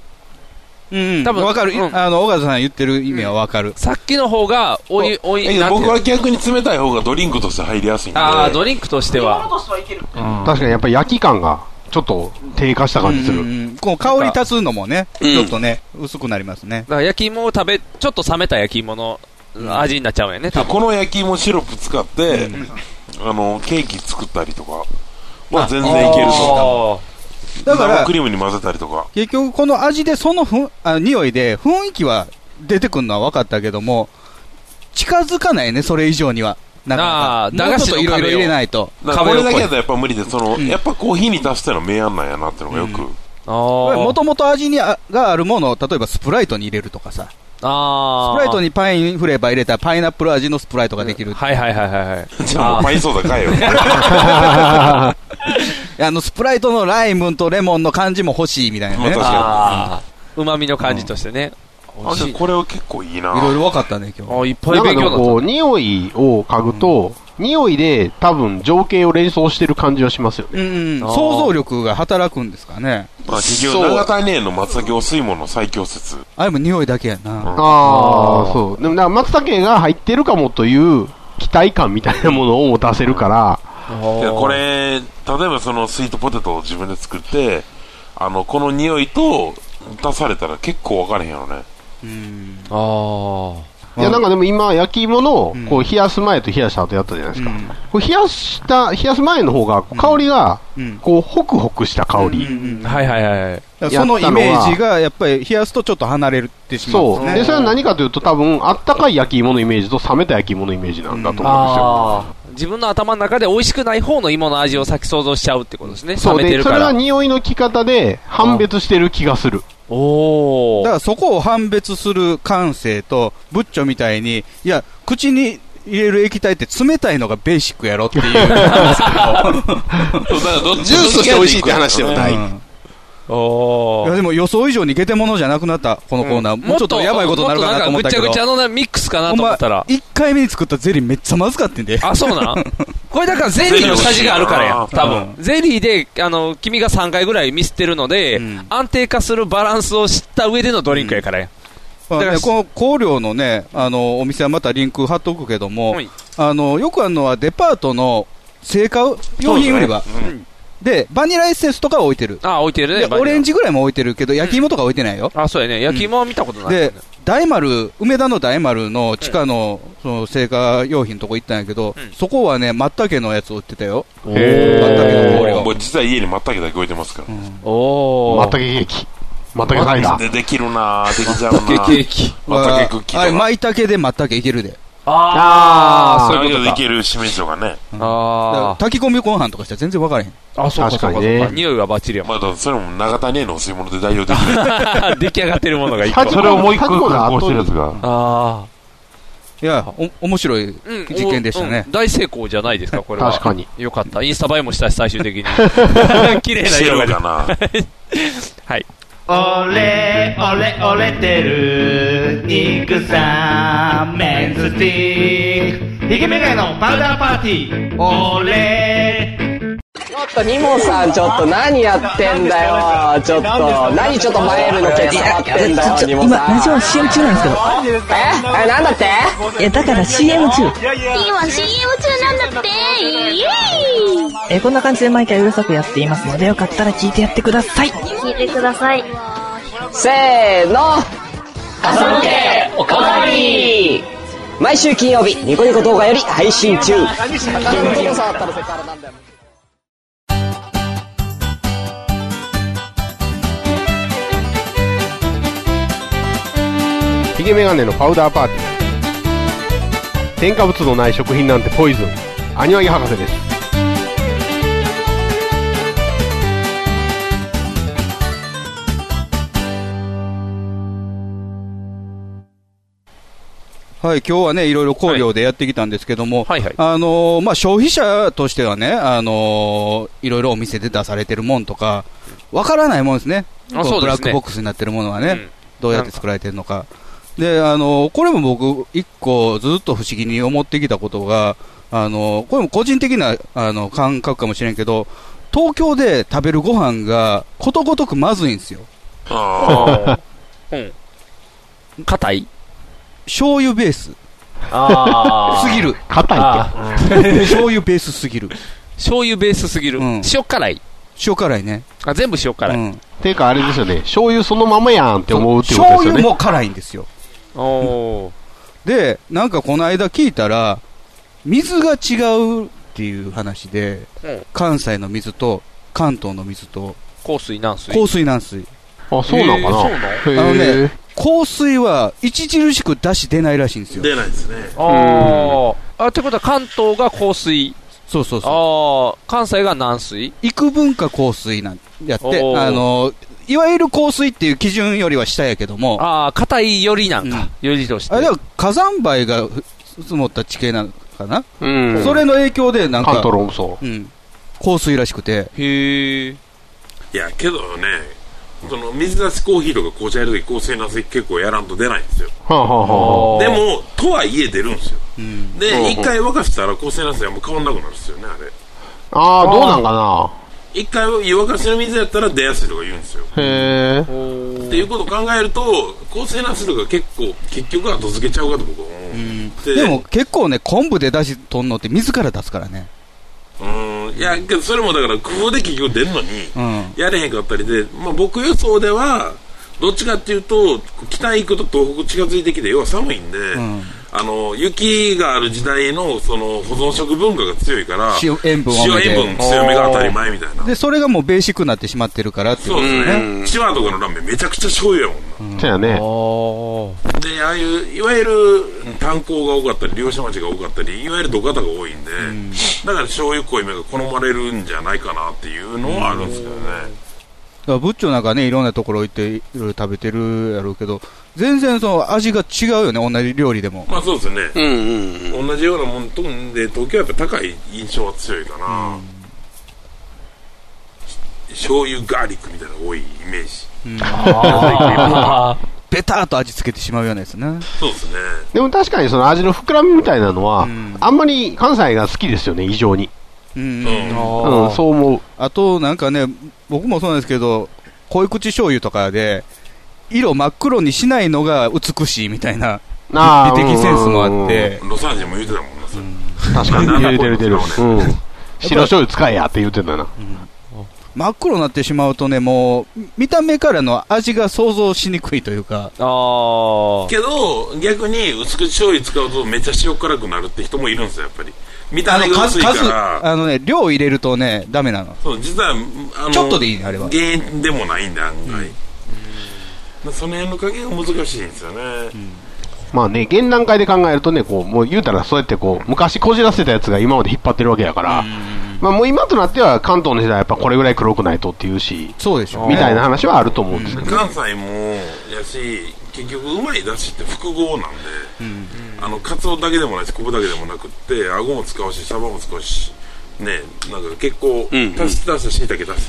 S2: うん、多分わかる、あの、小笠さん言ってる意味はわかる。
S3: さっきの方が、おい、おい、
S4: え
S3: なんていう
S4: 僕
S3: の
S4: は逆に冷たい方がドリンクとして入りやすいんで
S3: あー、ドリンクとしては。
S5: 確かにやっぱり焼き感がちょっと低下した感じする。
S2: こう香り立つのもね、ちょっとね、薄くなりますね
S3: だ。から焼き芋を食べ、ちょっと冷めた焼き芋の味になっちゃうんやね、多分。
S4: この焼き芋シロップ使って、あのケーキ作ったりとかは全然いけると
S2: だから
S4: 生クリームに混ぜたりとか
S2: 結局、この味で、そのふんあ匂いで、雰囲気は出てくるのは分かったけども、近づかないね、それ以上には。な
S3: あ
S2: か
S3: ー
S2: なか。
S3: 駄菓
S2: もう
S3: 子
S2: ちょっと
S3: の
S2: いろいろ入れないと。
S4: なんかこれだけやったらやっぱ無理でその、やっぱコーヒーに足しての明暗なんやなってのがよく、
S2: もともと味にあがあるものを、例えばスプライトに入れるとかさ。
S3: あ
S2: スプライトにパインフレーバー入れたらパイナップル味のスプライトができる。
S3: はいはいはいは
S2: *laughs*
S3: いはい。
S4: じゃあもうパインソーダ買 *laughs* えよ
S2: あの、スプライトのライムとレモンの感じも欲しいみたいなね。
S3: あー、うまみの感じとしてね。美味しい
S4: これは結構いいない
S2: ろいろ分かったね、今
S3: 日。あ、いっぱ
S5: ないんか
S3: 勉
S5: で
S3: 強だ
S5: も
S3: った。
S5: こう、匂いを嗅ぐと、匂いで多分情景を連想してる感じはしますよね。
S2: うん、想像力が働くんですかね。
S4: まあ、結局長谷園の松茸を水門の最強説
S2: あれも匂いだけやな。
S5: ああ、そう。でもなんか松茸が入ってるかもという期待感みたいなものを持たせるから、
S4: いやこれ例えばそのスイートポテトを自分で作ってあのこの匂いと足されたら結構分からへんやろね
S3: あ
S5: いやなんかでも今、焼き芋のこう冷やす前と冷やした後やったじゃないですか、こう冷やした冷やす前の方が香りがこうホクホクした香り、
S3: はいはいはい
S5: やった
S2: そ
S5: の
S2: の
S5: は
S2: イメージが、やっぱり冷やすとちょっと離れてしまうん
S5: そ
S2: です
S5: う
S2: ね。
S5: でそれは何かというと、多分あったかい焼き芋のイメージと冷めた焼き芋のイメージなんだと思うんですよ。
S3: 自分の頭の中で美味しくない方の芋の味を先想像しちゃうってことですね。
S5: そう
S3: 冷めて
S5: で
S3: る
S5: そ
S3: か
S5: れは
S3: ら。
S5: 匂いの効き方で判別してる気がする。
S3: お
S2: だからそこを判別する感性と、ブッチョみたいに、いや、口に入れる液体って冷たいのがベーシックやろって
S3: *laughs*
S2: いう。
S10: ジュースとして美味しいって話ではない。
S2: いやでも予想以上にゲテモノじゃなくなった、このコーナー。もうちょっとやばいことになるかなと思ったけど。
S3: もっとなんかぐちゃぐちゃのミックスかなと思ったら。
S2: 1回目に作ったゼリーめっちゃまずかったんで。
S3: あ、そう
S2: *laughs*
S3: なん *laughs* これだからゼリーの下地があるからや、多分。ゼリーで、あの、君が3回ぐらいミスってるので、安定化するバランスを知った上でのドリンクやからや。
S2: まあね
S3: だから
S2: この香料のね、あの、お店はまたリンク貼っとくけども、
S3: はい
S2: あの、よくあるのはデパートの成果用品売り場。
S3: そうですね
S2: で、バニラエッセンスとかは置いてる。
S3: あ、置いてるね。
S2: で、
S3: バニラ
S2: オレンジぐらいも置いてるけど、焼き芋とか置いてないよ。
S3: あ、そうやね。焼き芋は見たことない。
S2: で、大丸、梅田の大丸の地下の、その、成果用品のとこ行ったんやけど、そこはね、松茸のやつ売ってたよ。松茸の香料。
S4: もう実は家に松茸だけ置いてますから、
S3: お
S5: 松茸ケーキ。松茸サイダー。
S4: でできるなぁできちゃうなぁ
S5: 松茸ケーキ
S4: 松茸クッキー
S2: あれ、
S4: とか
S2: 舞茸で松茸いけるで。
S4: あ
S2: ー
S4: そういう
S2: そういうこと
S4: で
S2: か
S4: きるしめじとかね
S2: だから
S3: あ
S2: 炊き込みご飯とかしたら全然分からへん。
S3: あ、そうかそうかそうか。匂いはバッチリや
S4: まあだからそれも長谷園のお吸い物で代用できる
S3: *laughs* 出来上がってるものが一
S4: 個それをもう一個加工してるやつ
S5: が
S3: あ
S2: いや、お、面白い
S3: うん
S2: 実験でしたね
S3: うん。大成功じゃないですか、これは。
S2: 確かに。
S3: よかった。インスタ映えもしたし、最
S2: *laughs*
S3: 終的に。綺麗な色が
S4: してるかな
S3: *laughs* はい。
S12: 俺、俺、俺てる、肉さ、メンズティック。ヒゲメガネのパウダーパーティー。俺、
S19: ちょっとニモさんちょっと何やってんだよちょっと何ちょっと前よりのケツ触ってんだよニモ
S20: 今
S19: さん
S20: ラジオ CM 中なんですけど
S19: ええなんだって
S20: えだから CM 中
S17: 今 CM 中なんだってイエーイ
S20: えこんな感じで毎回うるさくやっていますのでよかったら聞いてやってください
S17: 聞いてください
S19: せーの朝向けおかわり毎週金曜日ニコニコ動画より配信中
S5: ヒゲメガネのパウダーパーティー。添加物のない食品なんてポイズン。アニワギ博士です。
S2: はい、今日はね、いろいろ考慮でやってきたんですけども、あのーまあ、消費者としてはね、あのーいろいろお店で出されてるもんとか、わからないもんですね、
S3: あ
S2: こ
S3: そうですね
S2: ブラックボックスになってるものはね、
S3: うん
S2: どうやって作られてるのか。で、あのーこれも僕、一個ずっと不思議に思ってきたことが、あのーこれも個人的なあの感覚かもしれんけど、東京で食べるご飯がことごとくまずいんですよ。
S3: あーうん。硬い
S2: 醤油ベース。
S3: あー
S2: すぎる。
S3: 硬いって
S2: あー醤油ベースすぎる。
S3: 醤油ベースすぎる。塩辛い。
S2: 塩辛いね。
S3: あ、全部塩辛い。
S5: ていうかあれですよね、醤油そのままやんって思うってことですよね。
S2: 醤油も辛いんですよ。
S3: お
S2: で、なんかこの間聞いたら、水が違うっていう話で、
S3: うん
S2: 関西の水と関東の水と
S3: 香水軟水。
S2: 香水軟水。
S5: あそうなんかな
S3: へーそう
S2: あ
S3: なん
S2: の
S3: へ
S2: ね、香水は著しく出し出ないらしいんですよ。
S4: 出ないですね。
S3: ああ。あ、ってことは関東が香水。
S2: そうそう
S3: そう。ああ、関西が軟水
S2: 幾分か香水なんやって、
S3: おー
S2: あの、いわゆる香水っていう基準よりは下やけども、
S3: ああ、硬いよりなんか。よりとして。
S2: あれでも火山灰が積もった地形なのかな、
S3: うん
S2: それの影響でなんか、
S4: 関東
S5: ロそ
S2: うん、香水らしくて。
S3: へえ。
S4: いや、けどね、その水出しコーヒーとか紅茶やるとき、香水なし結構やらんと出ないんですよ。
S5: はあはあはあ
S4: でも、とはいえ出るんですよ。
S5: うん
S4: で、一回沸かしたら香水なしはもう変わんなくなるんですよね、あれ。
S5: ああ、どうなんかな。
S4: 一回湯沸かしの水やったら出やすいとか言うんですよ。
S5: へえ。
S4: っていうことを考えると、香水なしとか結構、結局後付けちゃうかと僕は思う。で
S2: でも結構ね、昆布で出しとんのって自ら出すからね。
S4: うん、いや、けどそれもだから工夫で結局出るのに、
S2: うん。
S4: やれへんかったりで、まあ、僕予想では、どっちかっていうと、北行くと東北近づいてきて、要は寒いんで、あの雪がある時代のその保存食文化が強いから、
S2: 塩塩分多めで
S4: 塩塩分強めが当たり前みたいな。
S2: で、それがもうベーシックになってしまってるからってい
S4: そうですね。千葉とかのラーメンめちゃくちゃ醤油やもん
S5: そうやね。
S4: な。で、ああいう、いわゆる炭鉱が多かったり、漁師町が多かったり、いわゆる土方が多いんで、だから醤油濃いめが好まれるんじゃないかなっていうのはあるんですけどね。
S2: だから、ブッチョなんかね、いろんなところ行って、いろいろ食べてるやろうけど、全然その味が違うよね、同じ料理でも。
S4: まあそうですね、同じようなもんとんで東京はやっぱ高い印象は強いかな、醤油ガーリックみたいなのが多いイメージ、
S2: あーベターっと味付けてしまうようなやつね。
S4: そうですね
S5: でも確かにその味の膨らみみたいなのは、あんまり関西が好きですよね、異常に。
S2: うん、
S5: うんそう思う。
S2: あと、なんかね、僕もそうなんですけど、濃い口醤油とかで、色真っ黒にしないのが美しいみたいな、
S5: あー
S2: 美的センスもあって、
S4: ロサンゼルも言うてたもんなそれ、
S5: 確かに。
S2: *laughs*
S4: なんだ
S5: 出る出る出る。うん。白醤油使えやって言うてんだな。
S2: 真っ黒になってしまうとね、もう、見た目からの味が想像しにくいというか、
S3: あ
S4: けど逆に薄口醤油使うとめっちゃ塩辛くなるって人もいるんですよやっぱり見た目が薄いから
S2: あのね、量入れるとね、ダメなの。
S4: そう実はあの
S2: ちょっとでいいねあれは
S4: 原因でもないんで案外、その辺の加減が難しいんですよね、
S5: まあね、現段階で考えるとね、こう、もう言うたらそうやってこう、昔こじらせたやつが今まで引っ張ってるわけやから、まあもう今となっては関東の時代はやっぱこれぐらい黒くないとっていうし、
S2: そうでしょ
S5: みたいな話はあると思うんですけど。
S4: 関西もやし結局うまいだしって複合なんで、あのカツオだけでもないし昆布だけでもなくって顎も使うしサバも使うしねなんか結構
S10: うんうん
S4: 足し出したしいたけ足し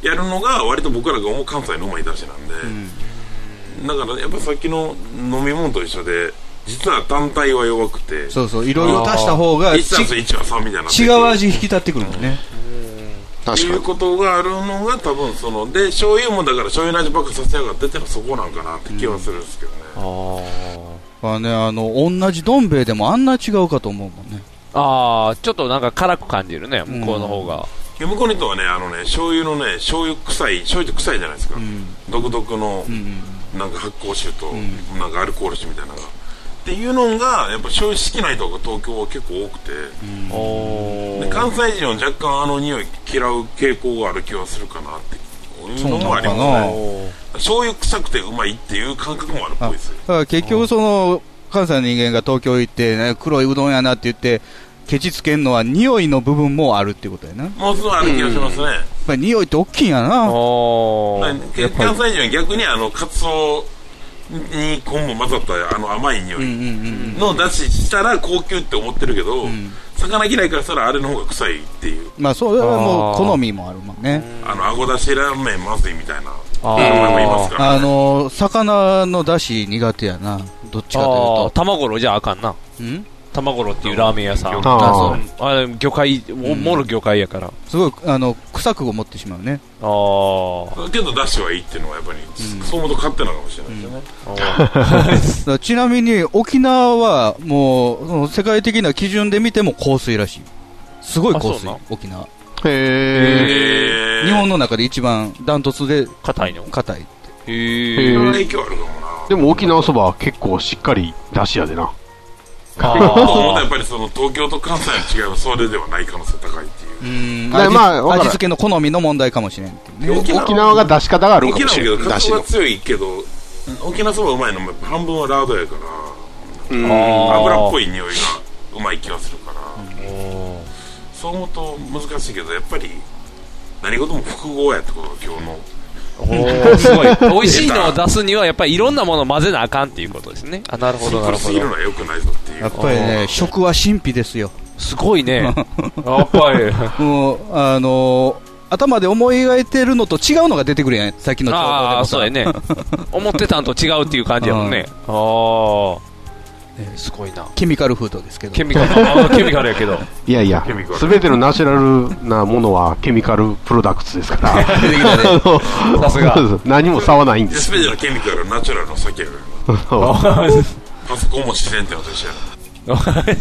S4: てやるのが割と僕らが思う関西のうまいだしなんで、だからやっぱさっきの飲み物と一緒で実は単体は弱くて
S2: そうそういろいろ足した方が
S4: 1たす1は3みたいになって
S2: 違う味引き立ってくるもんね。
S4: っていうことがあるのが多分そので醤油もだから醤油の味ばっかさせやがってってのはそこなんかなって気はするんですけどね、
S2: まあね、あの、同じどん兵衛でもあんな違うかと思うもんね。
S3: ああ、ちょっとなんか辛く感じるね、向こうの方が。
S4: で向こうの人はねあのね醤油のね醤油臭い醤油って臭いじゃないですか、独特のなんか発酵臭と、なんかアルコール臭みたいなのがっていうのがやっぱ醤油好きな人が東京は結構多くて、で関西人は若干あの匂い嫌う傾向がある気はするかなっていうのもあります
S2: そうなのかな
S4: ね醤油臭くてうまいっていう感覚もあるっぽいですよ
S2: だから結局その、関西の人間が東京行って、ね、黒いうどんやなって言って、ケチつけんのは匂いの部分もあるってことやな。やっ
S4: もうすぐある気がしますね、
S2: ぱり匂いって大きいんやな。
S4: だから関西人は逆にあのカツオに昆布混ざったあの甘い匂いの出ししたら高級って思ってるけど、魚嫌いからしたらあれの方が臭いっていう
S2: まあそれはもう好みもあるもんね。
S4: あの顎出しラーメンまずいみたいな
S2: あ
S4: 人もいますから
S2: あの、魚の出汁苦手やな。どっちかというと。
S3: あー卵のじゃああかんな。
S2: ん
S3: 玉五郎っていうラーメン屋さん。
S2: あー
S3: あそうあれ魚介、ももろ魚介やから。
S2: すごい、あの、臭く思ってしまうね。
S3: ああ。
S4: けど、出汁はいいっていうのはやっぱり、そう思うと勝手なのかもしれないですよね。
S2: ちなみに沖縄はもうその世界的な基準で見ても香水らしいすごい香
S3: あそう
S2: 水
S3: なん
S2: 沖縄
S5: へ
S2: え日本の中で一番ダントツで
S3: 硬いの
S2: 硬い
S3: へ
S5: へー
S4: 影響あるかもな。
S5: でも沖縄そばは結構しっかり出汁やでな。
S4: そう思うとやっぱりその東京と関西の違いはそれではない可能性高いっていう。
S2: うん
S5: だから
S2: 味,、
S5: まあわからん
S2: 味付けの好みの問題かもしれんっていうね
S5: 沖縄が出し方があるか
S4: 沖
S5: も
S4: 縄
S5: し
S4: け
S5: れ
S4: ど、
S5: ない。
S4: カ
S5: 出
S4: ツ
S5: 汁
S4: は
S5: の。
S4: 強いけど、沖縄そばうまいのもやっぱ半分はラードやから、
S5: うん
S4: 油っぽい匂いがうまい気がするから、そう思うと難しいけど、やっぱり何事も複合やってことが今日の。
S3: おーすごい。美味しいのを出すには、やっぱりいろんなものを混ぜなあかんっていうことですね。あ、なるほど、なる
S4: シ
S3: ほ
S4: ンプルすぎるの
S3: ど
S4: は。良くないぞっていう。
S2: やっぱりね食は神秘ですよ
S3: すご
S4: *laughs*
S3: いねやっぱり
S2: もうあのー頭で思い描いてるのと違うのが出てくるやんさっきの情報でもさ
S3: ああ、そうやね。思ってたんと違うっていう感じやもん
S4: *laughs*
S3: ね。ああ。ねすごいな。
S2: ケミカルフードですけど
S3: ケミカル、あーケミカルやけ
S4: *laughs*
S3: ど。 *laughs*
S5: いやいや
S3: ケミカ、ル
S5: すべてのナチュラルなものはケミカルプロダクツですから、 *laughs*
S4: さすが
S5: そうです何も差はないんです。
S4: すべてのケミカルはナチュラルの酒や
S5: *laughs*
S4: から。
S5: そう
S4: パソコンも自然ってのと一緒やな。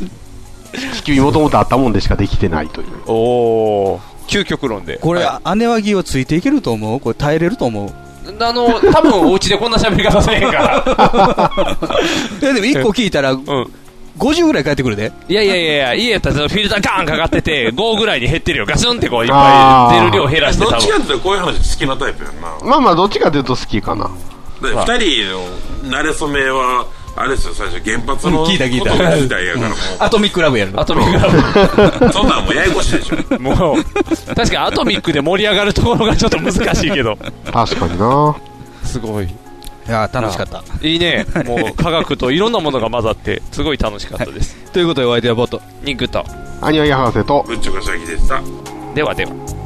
S5: 君もともとあったもんでしかできてないという。
S3: おお。究極論で。
S2: これ、姉はぎはついていけると思うこれ耐えれると思う
S3: あの、多分お家でこんな喋り方せえへんから。
S2: いやでも1個聞いたら、50ぐらい返ってくるで
S3: いやいやいやいや、家やったらそのフィルターガーンかかってて、5ぐらいに減ってるよ。ガスンってこう、いっぱい出る量減らして
S4: ど
S3: 多
S4: っちかっ
S3: 分。
S4: て言ったらこういう話好きなタイプやんな。
S5: まあまあ、どっちかというと好きかな。
S4: で
S5: まあ
S4: 二人の慣れ初めはあれですよ最初原発の
S2: うん聞いた聞いた
S4: こと自体やからもう
S2: アトミックラブやる
S3: アトミックラ
S4: ブそんなんもうややこしいでしょ
S3: *laughs* もう、確かにアトミックで盛り上がるところがちょっと難しいけど。
S5: 確かに *laughs* な。
S3: すごい。い
S2: や楽しかった。
S3: いいね。もう科学といろんなものが混ざって、すごい楽しかったです。
S2: ということでお相手はボット。
S3: ニックと。
S5: アニワイ博士と。
S4: ぶっちょかしゃぎでした
S3: ではでは。